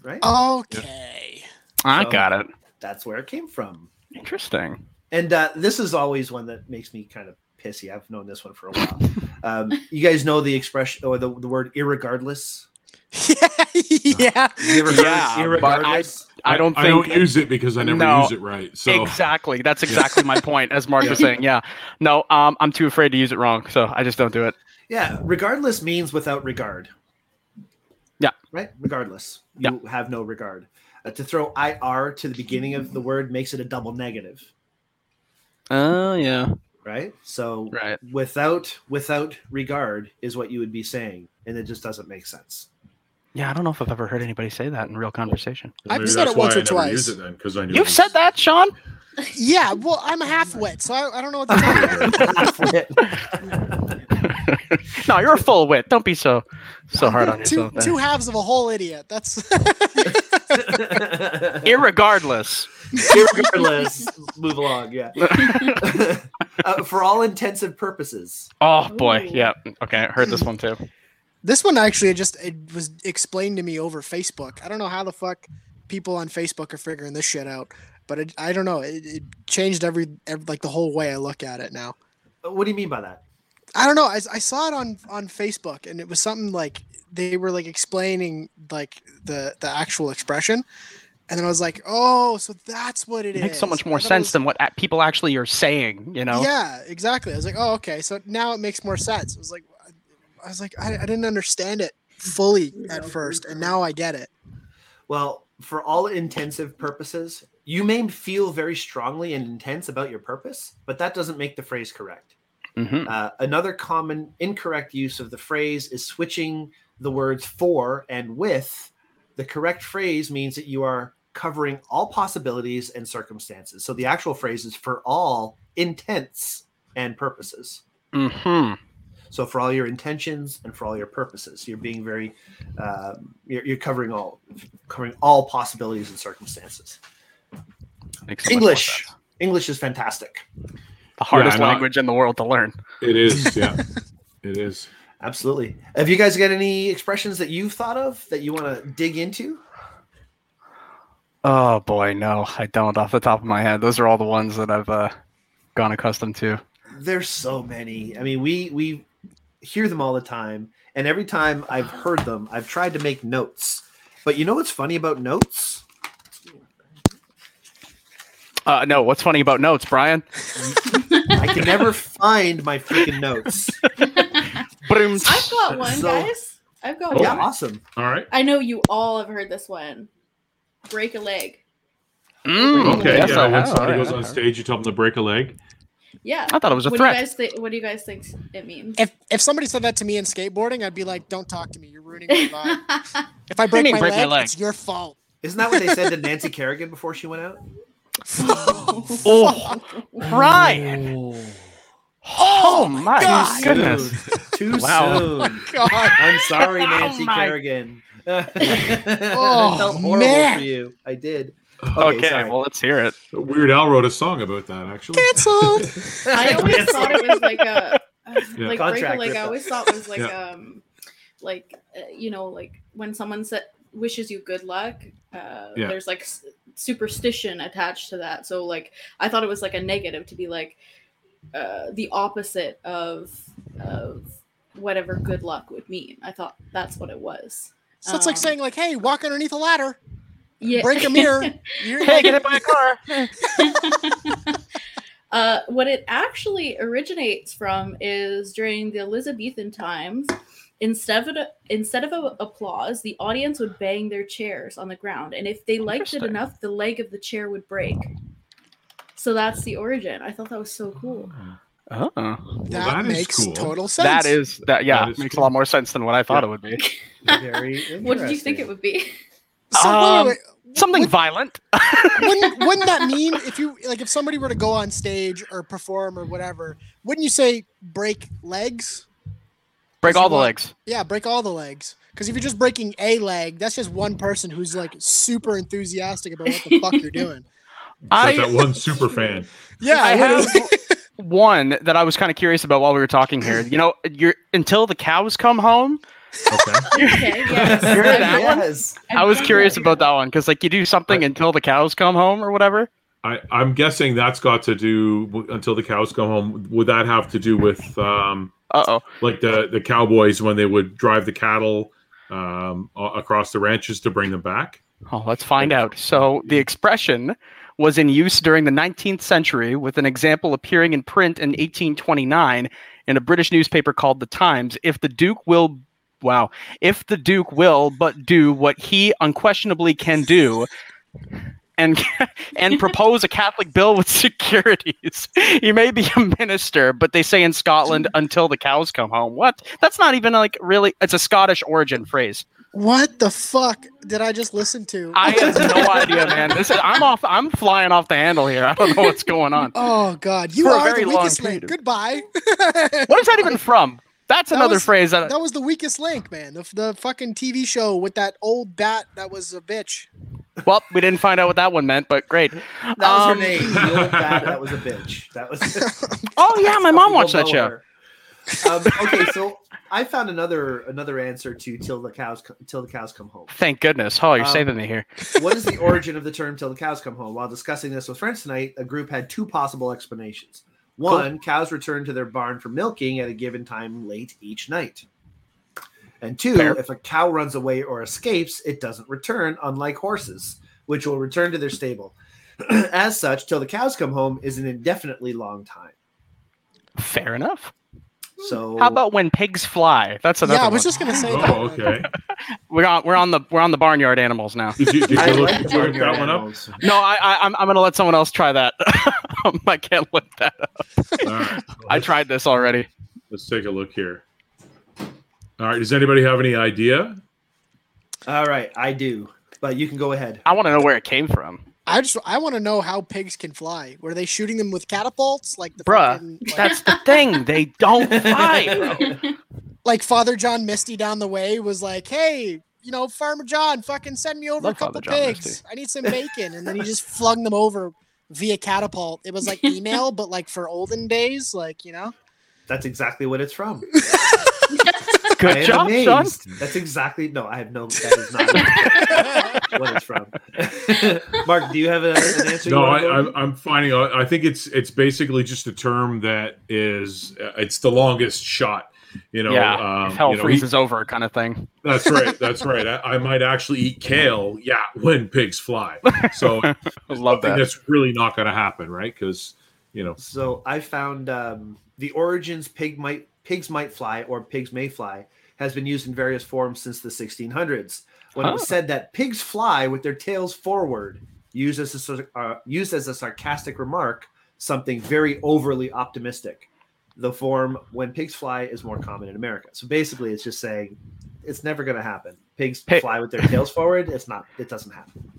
right?
Oh. Okay.
I
So-
got it.
That's where it came from.
Interesting.
And uh, this is always one that makes me kind of pissy. I've known this one for a while. Um, you guys know the expression or the, the word irregardless?
yeah.
You ever
Yeah,
heard
but I-
irregardless?
I don't think
I don't use it because I never
No.
use it right. So
Exactly. That's exactly my point, as Mark was saying. Yeah. No, um, I'm too afraid to use it wrong, so I just don't do it.
Yeah, regardless means without regard.
Yeah.
Right? Regardless. You have no regard. Uh, to throw IR to the beginning of the word makes it a double negative,
Oh yeah.
right? So
Right.
without without regard is what you would be saying and it just doesn't make sense.
Yeah, I don't know if I've ever heard anybody say that in real conversation.
I've
maybe
said it
that's why
once
I
or
never
twice.
Used it then, 'cause I knew it
You've
was-
said that, Sean?
Yeah. Well, I'm half wet, so I, I don't know what to do.
no, you're a full wit. Don't be so so hard on
two,
yourself. eh? there.
two halves of a whole idiot. That's.
Irregardless.
Irregardless, move along, yeah. uh, for all intensive purposes.
Oh boy.
Ooh.
Yeah. Okay, I heard this one too.
This one actually just it was explained to me over Facebook. I don't know how the fuck people on Facebook are figuring this shit out, but it, I don't know. It, it changed every, every like the whole way I look at it now.
Uh, What do you mean by that?
I don't know. I, I saw it on on Facebook, and it was something like they were like explaining like the the actual expression, and then I was like, oh, so that's what it
It
is.
makes so much more
I thought it
sense than what a- people actually are saying, you know?
was- Yeah, exactly. I was like, oh, okay. So now it makes more sense. I was like, I was like, I, I didn't understand it fully at first, and now I get it.
Well, for all intensive purposes, you may feel very strongly and intense about your purpose, but that doesn't make the phrase correct.
Mhm.
Uh, another common incorrect use of the phrase is switching the words for and with. The correct phrase means that you are covering all possibilities and circumstances. So the actual phrase is for all intents and purposes.
Mhm.
So for all your intentions and for all your purposes, you're being very, um, you're, you're covering all, covering all possibilities and circumstances.
Makes so much more
English,
sense.
English is fantastic.
The hardest
I know.
language in the world to learn.
It is. Yeah. it is.
Absolutely. Have you guys got any expressions that you've thought of that you want to dig into?
Oh boy, no, I don't off the top of my head. Those are all the ones that I've uh, gone accustomed to.
There's so many. I mean, we we hear them all the time, and every time I've heard them, I've tried to make notes. But you know what's funny about notes?
Uh, no, what's funny about notes, Brian?
I can never find my freaking notes.
Boom.
I've got one,
So-
guys. I've got
Oh.
Yeah,
one.
awesome.
All right.
I know you all have heard this one. Break a leg.
Mm,
Okay.
yes,
yeah.
I
when
have,
somebody
I
goes uh,
have.
on stage, you tell them to break a leg.
Yeah.
I thought it was a
What do you
threat.
guys think? What do you guys think it means?
If if somebody said that to me in skateboarding, I'd be like, "Don't talk to me. You're ruining my vibe." If I break,
mean
my,
break my
leg,
leg?
it's your fault.
Isn't that what they said to Nancy Kerrigan before she went out?
Oh, Brian. Oh, my
God.
goodness.
Too
Wow.
soon.
God.
I'm sorry,
Oh
Nancy
my-
Kerrigan.
Oh,
I felt horrible
man.
for you. I did.
Okay,
Okay, sorry.
well, let's hear it.
Weird Al wrote a song about that, actually.
Cancelled.
I always thought it was like a uh, like break a
Contract
leg. I
ripoff.
always thought it was like
Yeah.
um like uh, you know like when someone said wishes you good luck. Uh,
Yeah.
There's like s- superstition attached to that. So like I thought it was like a negative to be like uh, the opposite of of whatever good luck would mean. I thought that's what it was.
So it's like
Um,
saying, "Like, hey, walk underneath a ladder,
Yeah.
break a mirror." You're
Hey, get hit by a car.
Uh, what it actually originates from is during the Elizabethan times, instead of instead of a, applause, the audience would bang their chairs on the ground, and if they liked it
Interesting.
enough, the leg of the chair would break. So that's the origin. I thought that was so cool.
Oh,
that,
that is
makes
cool.
total sense.
that is that. Yeah,
That is
makes
cool.
a lot more sense than what I thought it would be.
Very
What did you think
interesting.
it would be?
So wait,
Um,
wait, wait.
Something violent.
wouldn't wouldn't that mean if you like if somebody were to go on stage or perform or whatever, wouldn't you say break legs?
Break all the
what?
legs.
Yeah, break all the legs. Because if you're just breaking a leg, that's just one person who's like super enthusiastic about what the fuck you're doing.
Except
I-
that one super fan.
Yeah,
I have
literally.
one that I was kind of curious about while we were talking here. You know, you're until the cows come home.
Okay.
Okay, yes.
You heard that one?
Yes.
I've
i was
done
curious
that.
about that one because like you do something
I-
until the cows come home or whatever.
I, I'm guessing that's got to do w- until the cows come home. Would that have to do with um,
Uh oh.
like the the cowboys when they would drive the cattle um, a- across the ranches to bring them back?
Oh, let's find out. So the expression was in use during the 19th century, with an example appearing in print in 1829 in a British newspaper called The Times. If the Duke will, wow, if the Duke will but do what he unquestionably can do. And, and propose a Catholic bill with securities. He may be a minister, but they say in Scotland until the cows come home. What? That's not even like really. It's a Scottish origin phrase.
What the fuck did I just listen to?
I have no idea, man. This is I'm off. I'm flying off the handle here. I don't know what's going on.
oh god, you
For a
are
very
the
long
weakest link.
period.
Goodbye.
What is that even from? That's
That
another
was-
phrase that.
that was the weakest link, man. The, the fucking TV show with that old bat that was a bitch.
well, we didn't find out what that one meant, but great.
That was
Um,
her name. The old bat that was a bitch. That was.
Oh yeah, my mom watched that
People know
show.
her. Um, okay, so I found another another answer to "till the cows co- till the cows come home."
Thank goodness. Oh, you're
Um,
saving me here.
What is the origin of the term "till the cows come home"? While discussing this with friends tonight, a group had two possible explanations. One, cows return to their barn for milking at a given time late each night. And two,
Fair.
if a cow runs away or escapes, it doesn't return, unlike horses, which will return to their stable. As such, till the cows come home is an indefinitely long time.
Fair enough.
So
How about when pigs fly? That's another.
yeah, I was
one.
just gonna say. that,
Oh,
man.
okay.
We're on. We're on the. We're on the barnyard animals now.
Did you, did you
I
look
like
you
Junior
looked that one up?
Animals.
No, I, I, I'm. I'm gonna let someone else try that. I can't let that.
All right.
I tried this already.
Let's take a look here. All right. Does anybody have any idea?
All right, I do, but you can go ahead.
I want to know where it came from.
I just I want to know how pigs can fly. Were they shooting them with catapults like the
Bruh,
fucking- like,
That's the thing. They don't fly. bro.
like Father John Misty down the way was like, hey, you know, Farmer John, fucking send me over
Love
a couple
Farmer John
pigs.
Misty.
I need some bacon, and then he just flung them over via catapult. It was like email, but like for olden days, like you know.
That's exactly what it's from. I
Good
am
job, Sean.
amazed. That's exactly no. I have no. That is not what it's from. Mark, do you have a, an answer? you
No,
wanna
I,
go
I'm,
with?
I'm finding out. I think it's it's basically just a term that is uh, it's the longest shot. You know,
yeah,
um,
if hell
you know, he-
freezes over, kind of thing.
that's right. That's right. I, I might actually eat kale. Yeah, when pigs fly. So I
Love that.
that's really not going to happen, right? Because you know,
So I found um, the origins pig might pigs might fly or pigs may fly has been used in various forms since the 1600s when it
Oh.
was said that pigs fly with their tails forward, used as a sar- uh, used as a sarcastic remark, something very overly optimistic. The form when pigs fly is more common in America. So basically, it's just saying it's never going to happen. Pigs
Pig-
fly with their tails forward. It's not. It doesn't happen.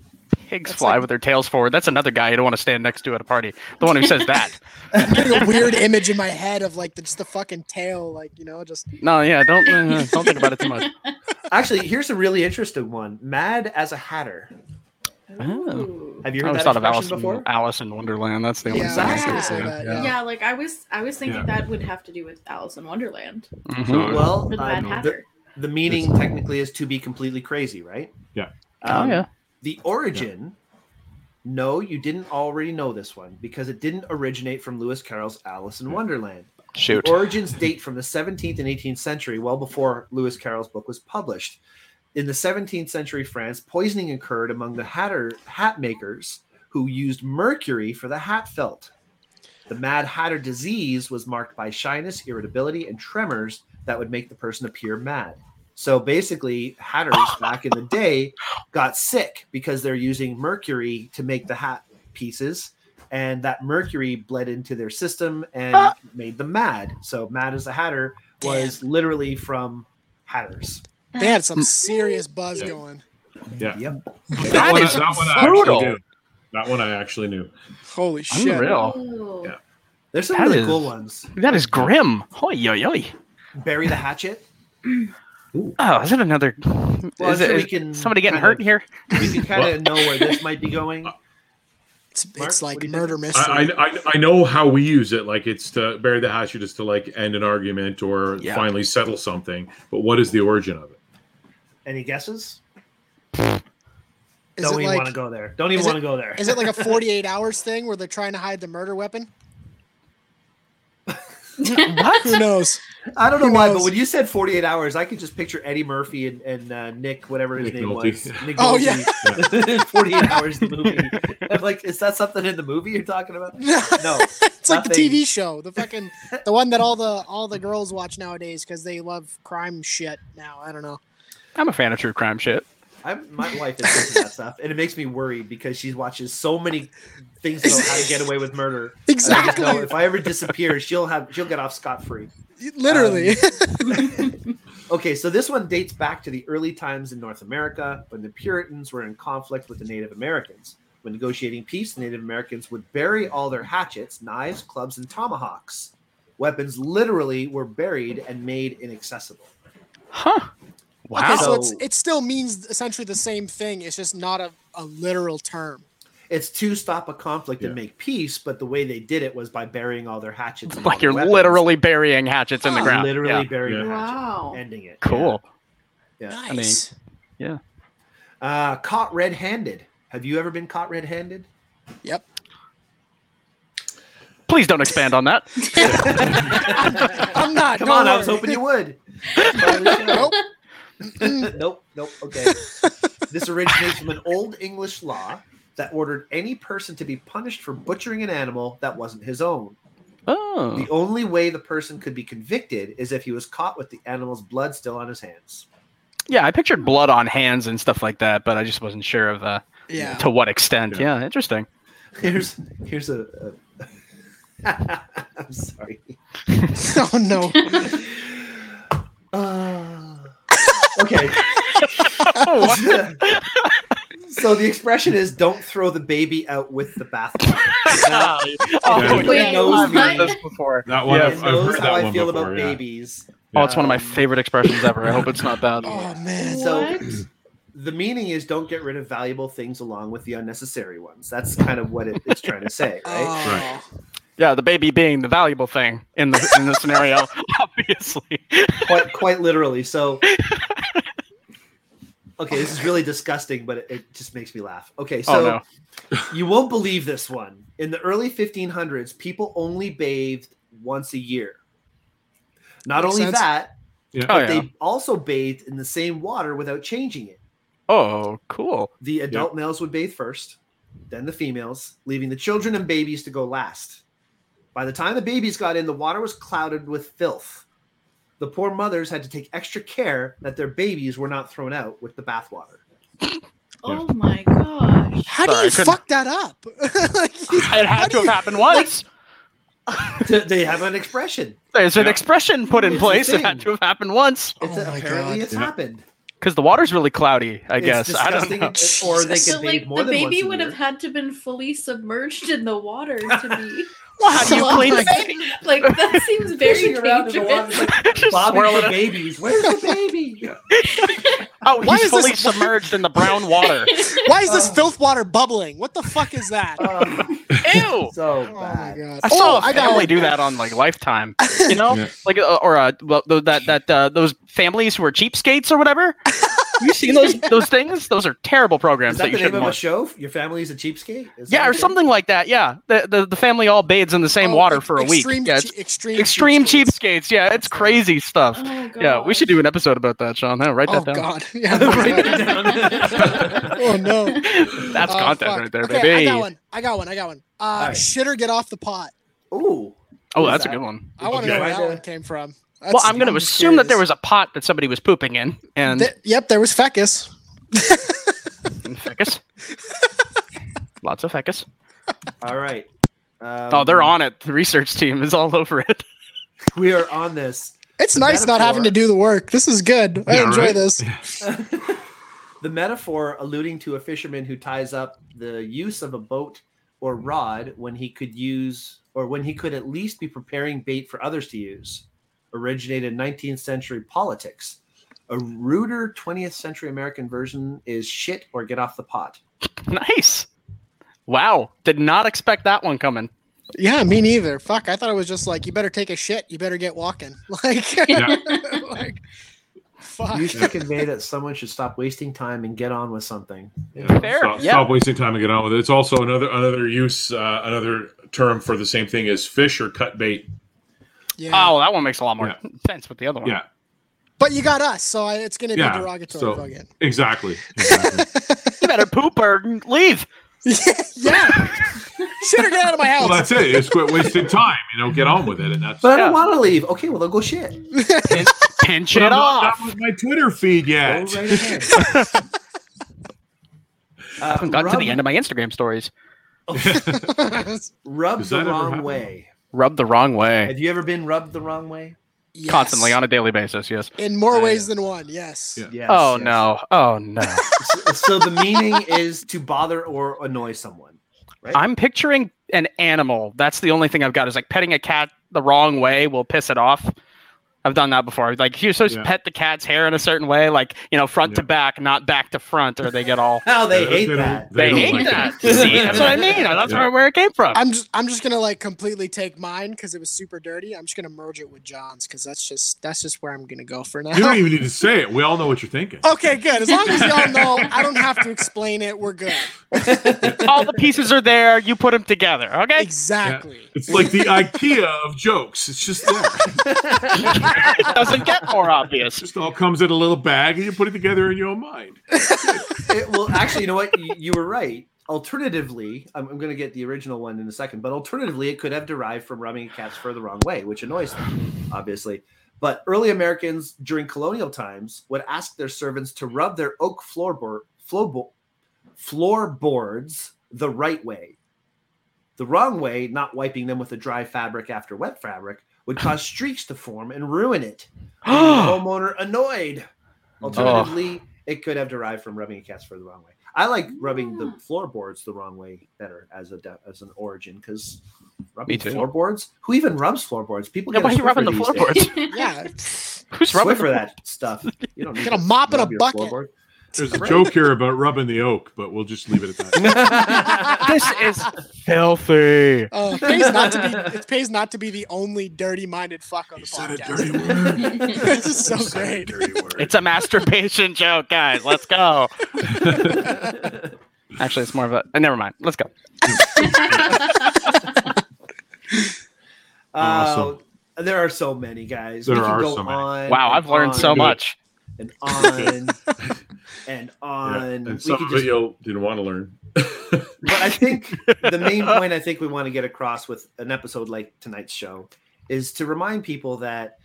Pigs
That's
fly
like-
with their tails forward. That's another guy you don't want to stand next to at a party. The one who says that.
a weird image in my head of like the, just the fucking tail, like you know, just
No, yeah, don't uh, don't think about it too much.
Actually, here's a really interesting one. Mad as a Hatter.
Oh.
Ooh.
Have you
I
heard
always
that
thought
expression
of Alice,
before?
in, Alice in Wonderland. That's the
yeah,
only
I was
thing.
Yeah.
gonna say that,
Yeah.
yeah.
Yeah, like I was, I was thinking
Yeah.
that would have to do with Alice in Wonderland,
Mhm.
Well,
the Mad
um, the,
Hatter.
the meaning technically is to be completely crazy, right?
Yeah.
Um,
oh yeah.
The origin. No, you didn't already know this one because it didn't originate from Lewis Carroll's Alice in Wonderland.
Shoot.
The origins date from the 17th and 18th century, well before Lewis Carroll's book was published. In the 17th century France, poisoning occurred among the hatter hat makers who used mercury for the hat felt. The Mad Hatter disease was marked by shyness, irritability, and tremors that would make the person appear mad. So basically, hatters back in the day got sick because they're using mercury to make the hat pieces and that mercury bled into their system
Ah!
and made them mad. So mad as a hatter was literally from hatters.
they had some serious buzz
Yeah.
going.
yeah,
Yep.
that one,
is
that one I
brutal.
actually knew. That one I actually knew.
Holy shit!
Unreal.
Ooh.
Yeah.
There's some
That
really
is-
cool ones.
That is grim. Hoi yo yo.
Bury the hatchet.
Oh, is it another?
Well,
is
I'm
it,
sure
is
we can
somebody getting
kind
hurt
of-
here?
We can kind of know where this might be going.
It's,
Mark,
it's
what
like
do you
murder
think?
mystery.
I, I, I- I know how we use it. Like it's to bury the hatchet is to like end an argument or
Yeah.
finally settle something. But what is the origin of it?
Any guesses?
is
Don't even
it
want to
like
go there. Don't even
is it-
want to go there.
is it like a 48 hours thing where they're trying to hide the murder weapon? Who
what?
knows?
I don't know
who
why,
knows?
but when you said 48 hours, I could just picture Eddie Murphy and, and uh, Nick, whatever his
Nick
name
Nolte.
was. Nick
Oh,
Nolte. 48 hours the movie. I'm like, is that something in the movie you're talking about? No.
it's like the
nothing.
TV show, the fucking the one that all the all the girls watch nowadays because they love crime shit. Now I don't know.
I'm a fan of true crime shit.
I'm, my wife is into that stuff, and it makes me worried because she watches so many things about how to get away with murder. And I just know
Exactly.
if I ever disappear, she'll have she'll get off scot free.
Literally.
um, Okay, so this one dates back to the early times in North America when the Puritans were in conflict with the Native Americans. When negotiating peace, the Native Americans would bury all their hatchets, knives, clubs, and tomahawks. Weapons literally were buried and made inaccessible.
Huh. Wow.
Okay, so it's
So-
it still means essentially the same thing. It's just not a, a literal term.
It's to stop a conflict and
Yeah.
make peace, but the way they did it was by burying all their hatchets. and all
like
their
you're
weapons. Oh,
literally burying hatchets in the
Huh.
ground.
literally
Yeah.
burying
Yeah.
the hatchet,
Wow.
ending it.
Cool.
Yeah.
mean-
Nice.
Uh, caught red-handed. Have you ever been caught red-handed?
Yep.
Please don't expand on that.
I'm not.
Come
don't
on, I was
worry.
hoping you would. nope.
Nope.
nope. Nope. Okay. this originates from an old English law that ordered any person to be punished for butchering an animal that wasn't his own.
Oh.
The only way the person could be convicted is if he was caught with the animal's blood still on his hands.
Yeah, I pictured blood on hands and stuff like that, but I just wasn't sure of uh,
Yeah.
to what extent. Yeah,
Yeah.
interesting.
Here's here's a. a I'm sorry.
oh no.
Uh, okay.
Oh, what?
so the expression is "Don't throw the baby out with the bathwater." Now,
Oh,
Yeah.
nobody
Wait,
knows
what?
me this before.
That one
Yeah.
I've,
it
I've
knows
heard
how
that
I
one
feel
before.
about
yeah.
babies.
Oh, it's one of my
Um,
favorite expressions ever. I hope it's not bad.
Oh man.
So-
what?
The meaning is "Don't get rid of valuable things along with the unnecessary ones." That's kind of what it, it's trying to say, right?
Oh.
Yeah, the baby being the valuable thing in the in the scenario, obviously.
quite, quite literally. So, okay, this is really disgusting, but it, it just makes me laugh. Okay, so.
oh no.
You won't believe this one. In the early 1500s, people only bathed once a year. Not
Makes
only
sense.
that,
Oh
but
yeah.
they also bathed in the same water without changing it.
Oh, cool.
The adult males would bathe first, then the females, leaving the children and babies to go last. By the time the babies got in, the water was clouded with filth. The poor mothers had to take extra care that their babies were not thrown out with the bathwater.
Oh my gosh.
How
Sorry,
do
I
you
couldn't-
fuck that up? Like,
It
How
had
do
to have
you-
happened once.
they have an expression.
There's an
Yeah.
expression put in
It's a
place. It
thing.
had to have happened once
It's
Oh my
apparently
God.
it's
Yeah.
happened.
because the water's really cloudy. I
It's
guess I don't
disgusting,
know.
and- Or they could
So
bathe
like
more
the
than once
baby
a
would have
year.
had to been fully submerged in the water to be
Well, how do you
swallowed.
clean the
Like that seems very
Fishing around in the water,
dangerous.
like,
Just
Bobbing
swirl
for
it.
babies. Where's the baby?
Oh,
Why
he's
is this-
fully submerged in the brown water.
why is this
Oh.
filth water bubbling? What the fuck is that?
Um,
Ew.
so
Oh my
bad.
god!
I saw
oh,
a
I
family
got.
do that on like Lifetime. You know,
Yeah.
like uh, or uh, well, tho- that that uh, those families who are cheapskates or whatever. you seen those those things? Those are terrible
Is
programs
that
that,
the
you
name
shouldn't
of a
watch.
show? Your family's a cheapskate? Is that
Yeah, or
it?
something like that. Yeah, the the, the family all bathes in the same
oh,
water
ex-
for a week.
Extreme,
Yeah,
che-
it's
extreme,
extreme
cheapskates.
cheapskates. Yeah, it's crazy stuff.
Oh,
Yeah, we should do an episode about that, Sean. Yeah, write
Oh
that down.
god! Yeah.
Write that down.
oh no!
That's
Oh,
content
fuck.
right there,
okay,
baby.
I got one. I got one. I got one. Uh,
Alright.
Shit or get off the pot.
Ooh.
Oh,
What is
that's a
that?
good one.
I want to
Okay.
know where
Kinda-
that one came from.
well,
That's-
I'm going to
just
assume that there
curious.
was a pot that somebody was pooping in, and
Th- yep, there was fecus.
and fecus. Lots of fecus.
All right. Um,
Oh, they're on it. The research team is all over it.
We are on this.
It's
The
nice not having to
metaphor-
do the work. This is good. I
Yeah,
enjoy
right?
this.
the metaphor alluding to a fisherman who ties up the use of a boat or rod when he could use, or when he could at least be preparing bait for others to use, originated in 19th century politics. A ruder 20th century American version is shit or get off the pot.
Nice. Wow. Did not expect that one coming.
Yeah, me neither. Fuck, I thought it was just like you better take a shit, you better get walking. Like,
Yeah.
like, fuck.
Used to convey that someone should stop wasting time and get on with something.
Yeah,
Fair,
Stop,
yeah.
stop wasting time and get on with it. It's also another another use, uh, another term for the same thing as fish or cut bait.
Yeah.
Oh, that one makes a lot more sense with the other one.
Yeah,
But you got us, so I, it's gonna be
Yeah,
derogatory.
so-
fuck it.
exactly. exactly.
You better poop or leave.
yeah. shit or get out of my house.
well, that's it. It's quit wasting time. You know, get on with it, and that's.
But I
Yeah.
don't want to leave. Okay, well, then go shit.
Pinch
But
it
I'm not
off.
done with my Twitter feed
Go
yet.
right ahead.
I haven't gotten to
rub-
the end of my Instagram stories.
Rub
Does
the
that ever
wrong
happen?
way.
Rub the wrong way.
Have you ever been rubbed the wrong way?
Yes.
Constantly on a daily basis, yes.
in more
Yeah.
ways than one. Yes.
Yeah.
Yes.
oh
yes.
no. Oh no.
So- So the meaning is to bother or annoy someone.
I'm picturing an animal. That's the only thing I've got is like petting a cat the wrong way will piss it off. I've done that before. Like you're supposed
Yeah.
to pet the cat's hair in a certain way, like you know, front to
Yeah.
back, not back to front, or they get all.
Oh, they
Yeah,
hate
don't-
that.
They,
don't
hate
like
that. See, that's what I mean. That's
Yeah.
where, where it came from.
I'm just I'm just gonna like completely take mine because it was super dirty. I'm just gonna merge it with John's because that's just that's just where I'm gonna go for now.
You don't even need to say it. We all know what you're thinking.
Oh.
okay, good. As long as y'all know, I don't have to explain it. We're good.
all the pieces are there. You put them together. Okay.
Exactly.
It's like the IKEA of jokes. It's just there.
it doesn't get more
It
obvious.
just all comes in a little bag, and you put it together in your own mind.
It- well, actually, you know what? You, you were right. Alternatively, I'm, I'm going to get the original one in a second, but alternatively, it could have derived from rubbing cats fur the wrong way, which annoys them, obviously. But early Americans during colonial times would ask their servants to rub their oak floorboard, floorboard, floorboards the right way. The wrong way, not wiping them with a dry fabric after wet fabric, would cause streaks to form and ruin it.
oh,
homeowner annoyed. Alternatively, it could have derived from rubbing a cat's fur the wrong way. I like rubbing the
Yeah.
floorboards the wrong way better as a de- as an origin because
Me
rubbing
too.
floorboards. Who even rubs floorboards? People
Yeah,
get
why
a
you rubbing
Swiffer
the
these days.
floorboards?
Yeah.
who's rubbing
Swiffer
the-
that stuff. You don't need
Get a
to
mop and a
rub your
bucket.
floorboard.
There's a joke here about rubbing the oak, but we'll just leave it at that.
This is filthy.
Uh, it pays not to be. It pays not to be the only dirty-minded fuck on the podcast.
word.
this is so great.
It's a masturbation joke, guys. Let's go. Actually, it's more of a. uh, never mind. Let's go.
Uh,
Awesome.
There are so many guys.
There
can
are
go
so many.
on
Wow, I've
and
learned so
on
much.
And on and
Yeah,
on.
and
we
some
could
of
just
it you'll didn't want to learn.
but I think the main point I think we want to get across with an episode like tonight's show is to remind people that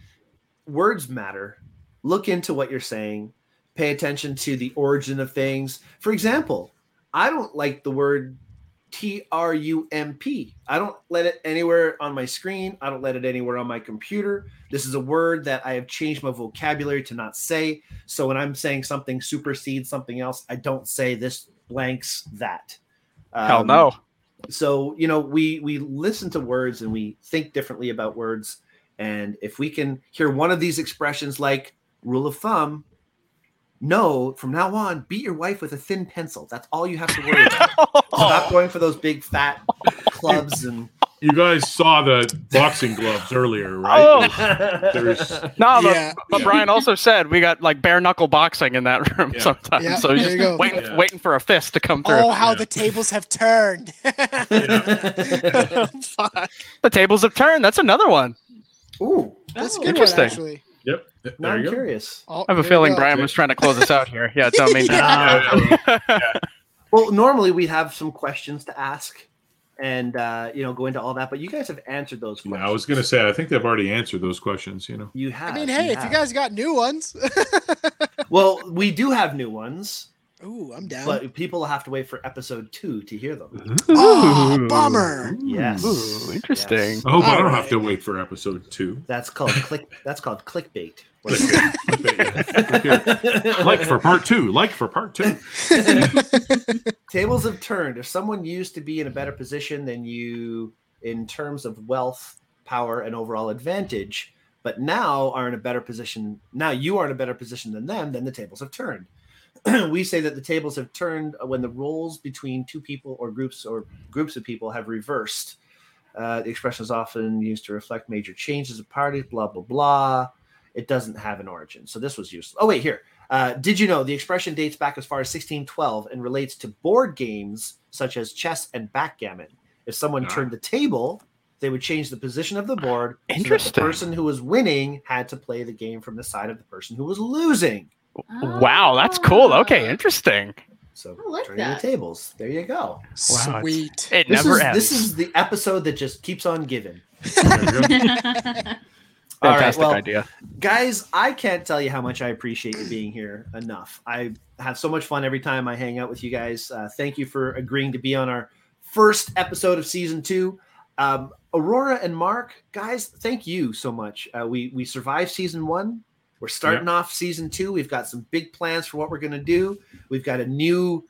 words matter. Look into what you're saying. Pay attention to the origin of things. For example, I don't like the word T R U M P. I don't let it anywhere on my screen. I don't let it anywhere on my computer. This is a word that I have changed my vocabulary to not say. So when I'm saying something supersedes something else, I don't say this blanks that.
Hell
Um,
no.
so you know we we listen to words and we think differently about words and if we can hear one of these expressions like rule of thumb no from now on beat your wife with a thin pencil that's all you have to worry about stop going for those big fat clubs and
You guys saw the boxing gloves earlier,
Oh.
right? There's
No, but,
Yeah.
but Brian also said we got like bare knuckle boxing in that room
Yeah.
sometimes.
Yeah,
so he's
there
just
you go.
waiting,
Yeah.
waiting for a fist to come through.
Oh, how
Yeah.
the tables have turned. Fuck.
The tables have turned. That's another one.
ooh
That's a
Oh,
good
Interesting.
one, actually.
yep.
now
There
i'm
you go.
curious
Oh,
I have a
there you
feeling
go.
Brian was trying to close us out here. Yeah, don't mean that.
Yeah, yeah, yeah.
well normally we have some questions to ask and uh you know go into all that but you guys have answered those
Yeah,
questions
I was gonna say I think they've already answered those questions. You know.
you have
I mean, hey, if you
have.
guys got new ones,
well we do have new ones
ooh, I'm down.
but people have to wait for episode two to hear them.
Ah, bummer.
Yes.
Hmm. Ooh, interesting.
Yes.
I hope I
All
don't
right.
have to wait for episode two.
That's called click. That's called clickbait.
like for part two. Like for part two.
Tables have turned. If someone used to be in a better position than you in terms of wealth, power, and overall advantage, but now are in a better position. Now you are in a better position than them. Then the tables have turned. we say that the tables have turned when the roles between two people or groups or groups of people have reversed. Uh, the expression is often used to reflect major changes of parties. Blah blah blah. It doesn't have an origin, so this was useless. Oh wait, here. Uh, did you know the expression dates back as far as 1612 and relates to board games such as chess and backgammon? If someone
Ah.
turned the table, they would change the position of the board. so that
Interesting.
the person who was winning had to play the game from the side of the person who was losing.
Wow, that's cool. Okay,
Oh.
interesting.
So
I like
turning
that.
the tables. There you go.
Wow, it's-
Sweet.
It
This
never
is,
ends.
this is the episode that just keeps on giving.
There you go.
interesting.
All right,
Fantastic
well,
idea.
guys i can't tell you how much i appreciate you being here enough i have so much fun every time i hang out with you guys uh, thank you for agreeing to be on our first episode of season two um, aurora and mark guys thank you so much uh, we we survived season one we're starting off season two we've got some big plans for what we're going to do we've got a new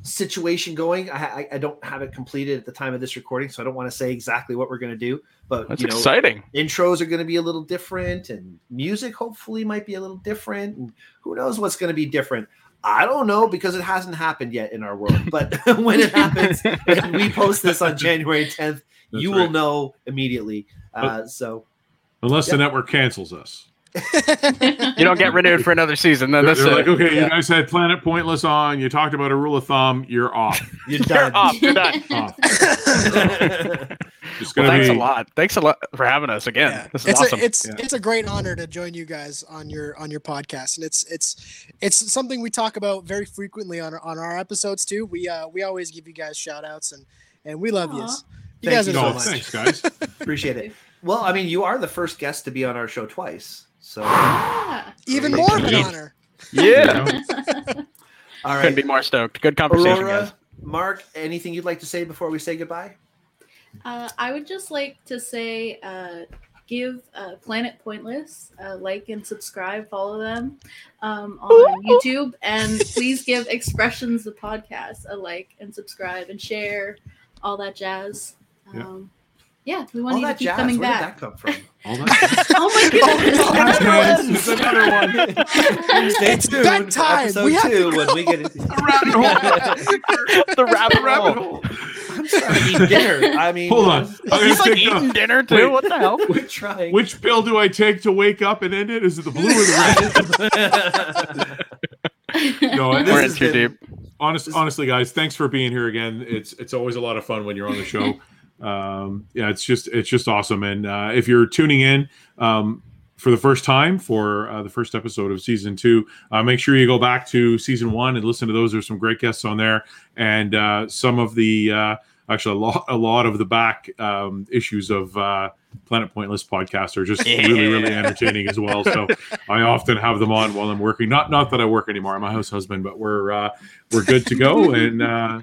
situation going I, I i don't have it completed at the time of this recording so i don't want to say exactly what we're going to do but
That's
you know
exciting.
intros are going to be a little different and music hopefully might be a little different and who knows what's going to be different i don't know because it hasn't happened yet in our world but when it happens and we post this on january 10th
That's
you will
right.
know immediately
Oh.
uh, so
Unless the
Yeah.
network cancels us.
You don't get renewed for another season. Then Uh,
They're,
that's
they're like,
it.
okay,
yeah.
you guys had Planet Pointless on. You talked about a rule of thumb. You're off.
you're
You're
done
off. You're done.
off. It's
Well,
gonna
thanks
be
a lot. Thanks a lot for having us again.
Yeah.
This is
it's
awesome.
a, it's
Yeah.
it's a great honor to join you guys on your on your podcast, and it's it's it's something we talk about very frequently on our, on our episodes too. We uh we always give you guys shout outs and and we love
Aw.
yous. You
Thank
guys
you
are
so
No,
much.
thanks, guys.
appreciate it well i mean you are the first guest to be on our show twice so
Yeah.
even more of an
Yeah.
honor.
yeah.
all
Couldn't be
right
more stoked. Good conversation, guys.
aurora mark anything you'd like to say before we say goodbye
Uh, I would just like to say uh, give uh, Planet Pointless a like and subscribe, follow them um, on YouTube, and please give Expressions the podcast a like and subscribe and share all that jazz.
Yeah.
Um, yeah, we want
all
you to
that
keep
jazz
coming
where
back.
did that come from
All that-
Oh my goodness!
Oh,
another
guys,
one.
it's another one.
Stay
It's
tuned
bedtime.
for episode
We have
two when we get into
the rabbit
Rabbit
hole.
hole.
eat dinner. I mean,
Hold on. I'm
He's
gonna
like
take
eating
notes.
dinner too.
Wait.
What the hell?
We're trying.
Which pill do I take to wake up and end it? Is it the blue or the red? no,
We're
this
in
has
is,
too
been-
deep.
honest, honestly, guys, thanks for being here again. It's it's always a lot of fun when you're on the show. um, yeah, it's just it's just awesome. And uh, if you're tuning in um, for the first time for uh, the first episode of season two, uh, make sure you go back to season one and listen to those. There's some great guests on there, and uh, some of the uh, actually a lot a lot of the back um, issues of. Uh, Planet Pointless podcast are just really, really
Yeah.
entertaining as well. So I often have them on while I'm working. Not not that I work anymore. I'm a house husband, but we're uh, we're good to go. And uh,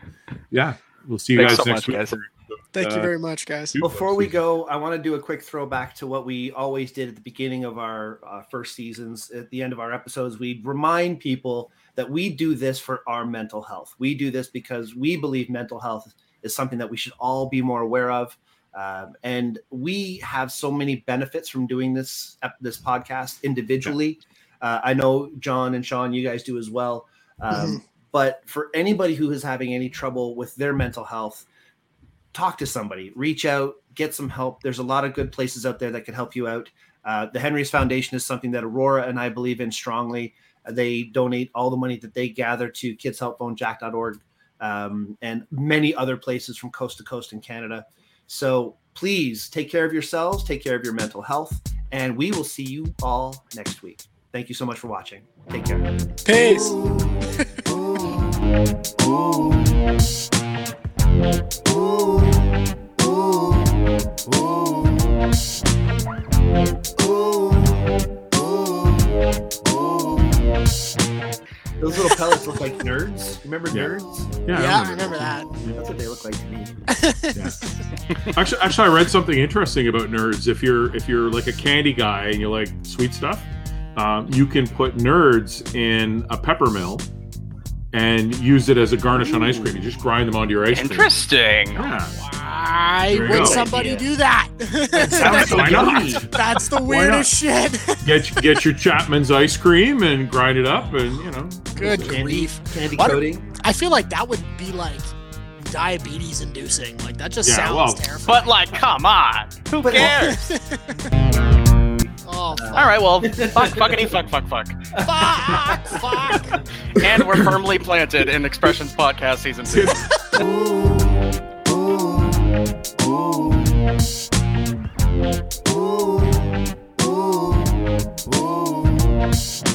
yeah, we'll see you
Thanks
guys
so
next
much,
week.
guys.
Thank you
Uh,
very much, guys.
Before we go, I want to do a quick throwback to what we always did at the beginning of our uh, first seasons. At the end of our episodes, we'd remind people that we do this for our mental health. We do this because we believe mental health is something that we should all be more aware of. Um, and we have so many benefits from doing this ep- this podcast individually. Uh, I know John and Sean, you guys do as well. Um, But for anybody who is having any trouble with their mental health, talk to somebody, reach out, get some help. There's a lot of good places out there that can help you out. Uh, the Henry's Foundation is something that Aurora and I believe in strongly. Uh, They donate all the money that they gather to Kids Help Phone Jack.org um, and many other places from coast to coast in Canada. So please take care of yourselves, take care of your mental health, and we will see you all next week. Thank you so much for watching. Take care.
Peace.
Those little pellets look like nerds. Remember
Yeah.
nerds?
Yeah, I
yeah, I
remember.
remember that.
That's what they look like to me.
Actually, actually, I read something interesting about nerds. If you're if you're like a candy guy and you like sweet stuff, um, you can put nerds in a pepper mill and use it as a garnish on ice cream. You just grind them onto your ice cream.
Interesting.
Yeah.
Why
There you go.
would somebody do that?
sounds so
Why
yummy.
not?
That's the
Why not?
weirdest shit.
Get get your Chapman's ice cream and grind it up, and you know.
Good
Candy.
grief.
Candy
What-
coating.
I feel like that would be like diabetes inducing. Like that just
Yeah,
sounds
well,
But
terrifying.
like, come on. Who
But-
cares?
oh
All right, well, fuck, fuckity, fuck, fuck, fuck.
fuck, fuck.
And we're firmly planted in Expressions Podcast Season 2.
Ooh,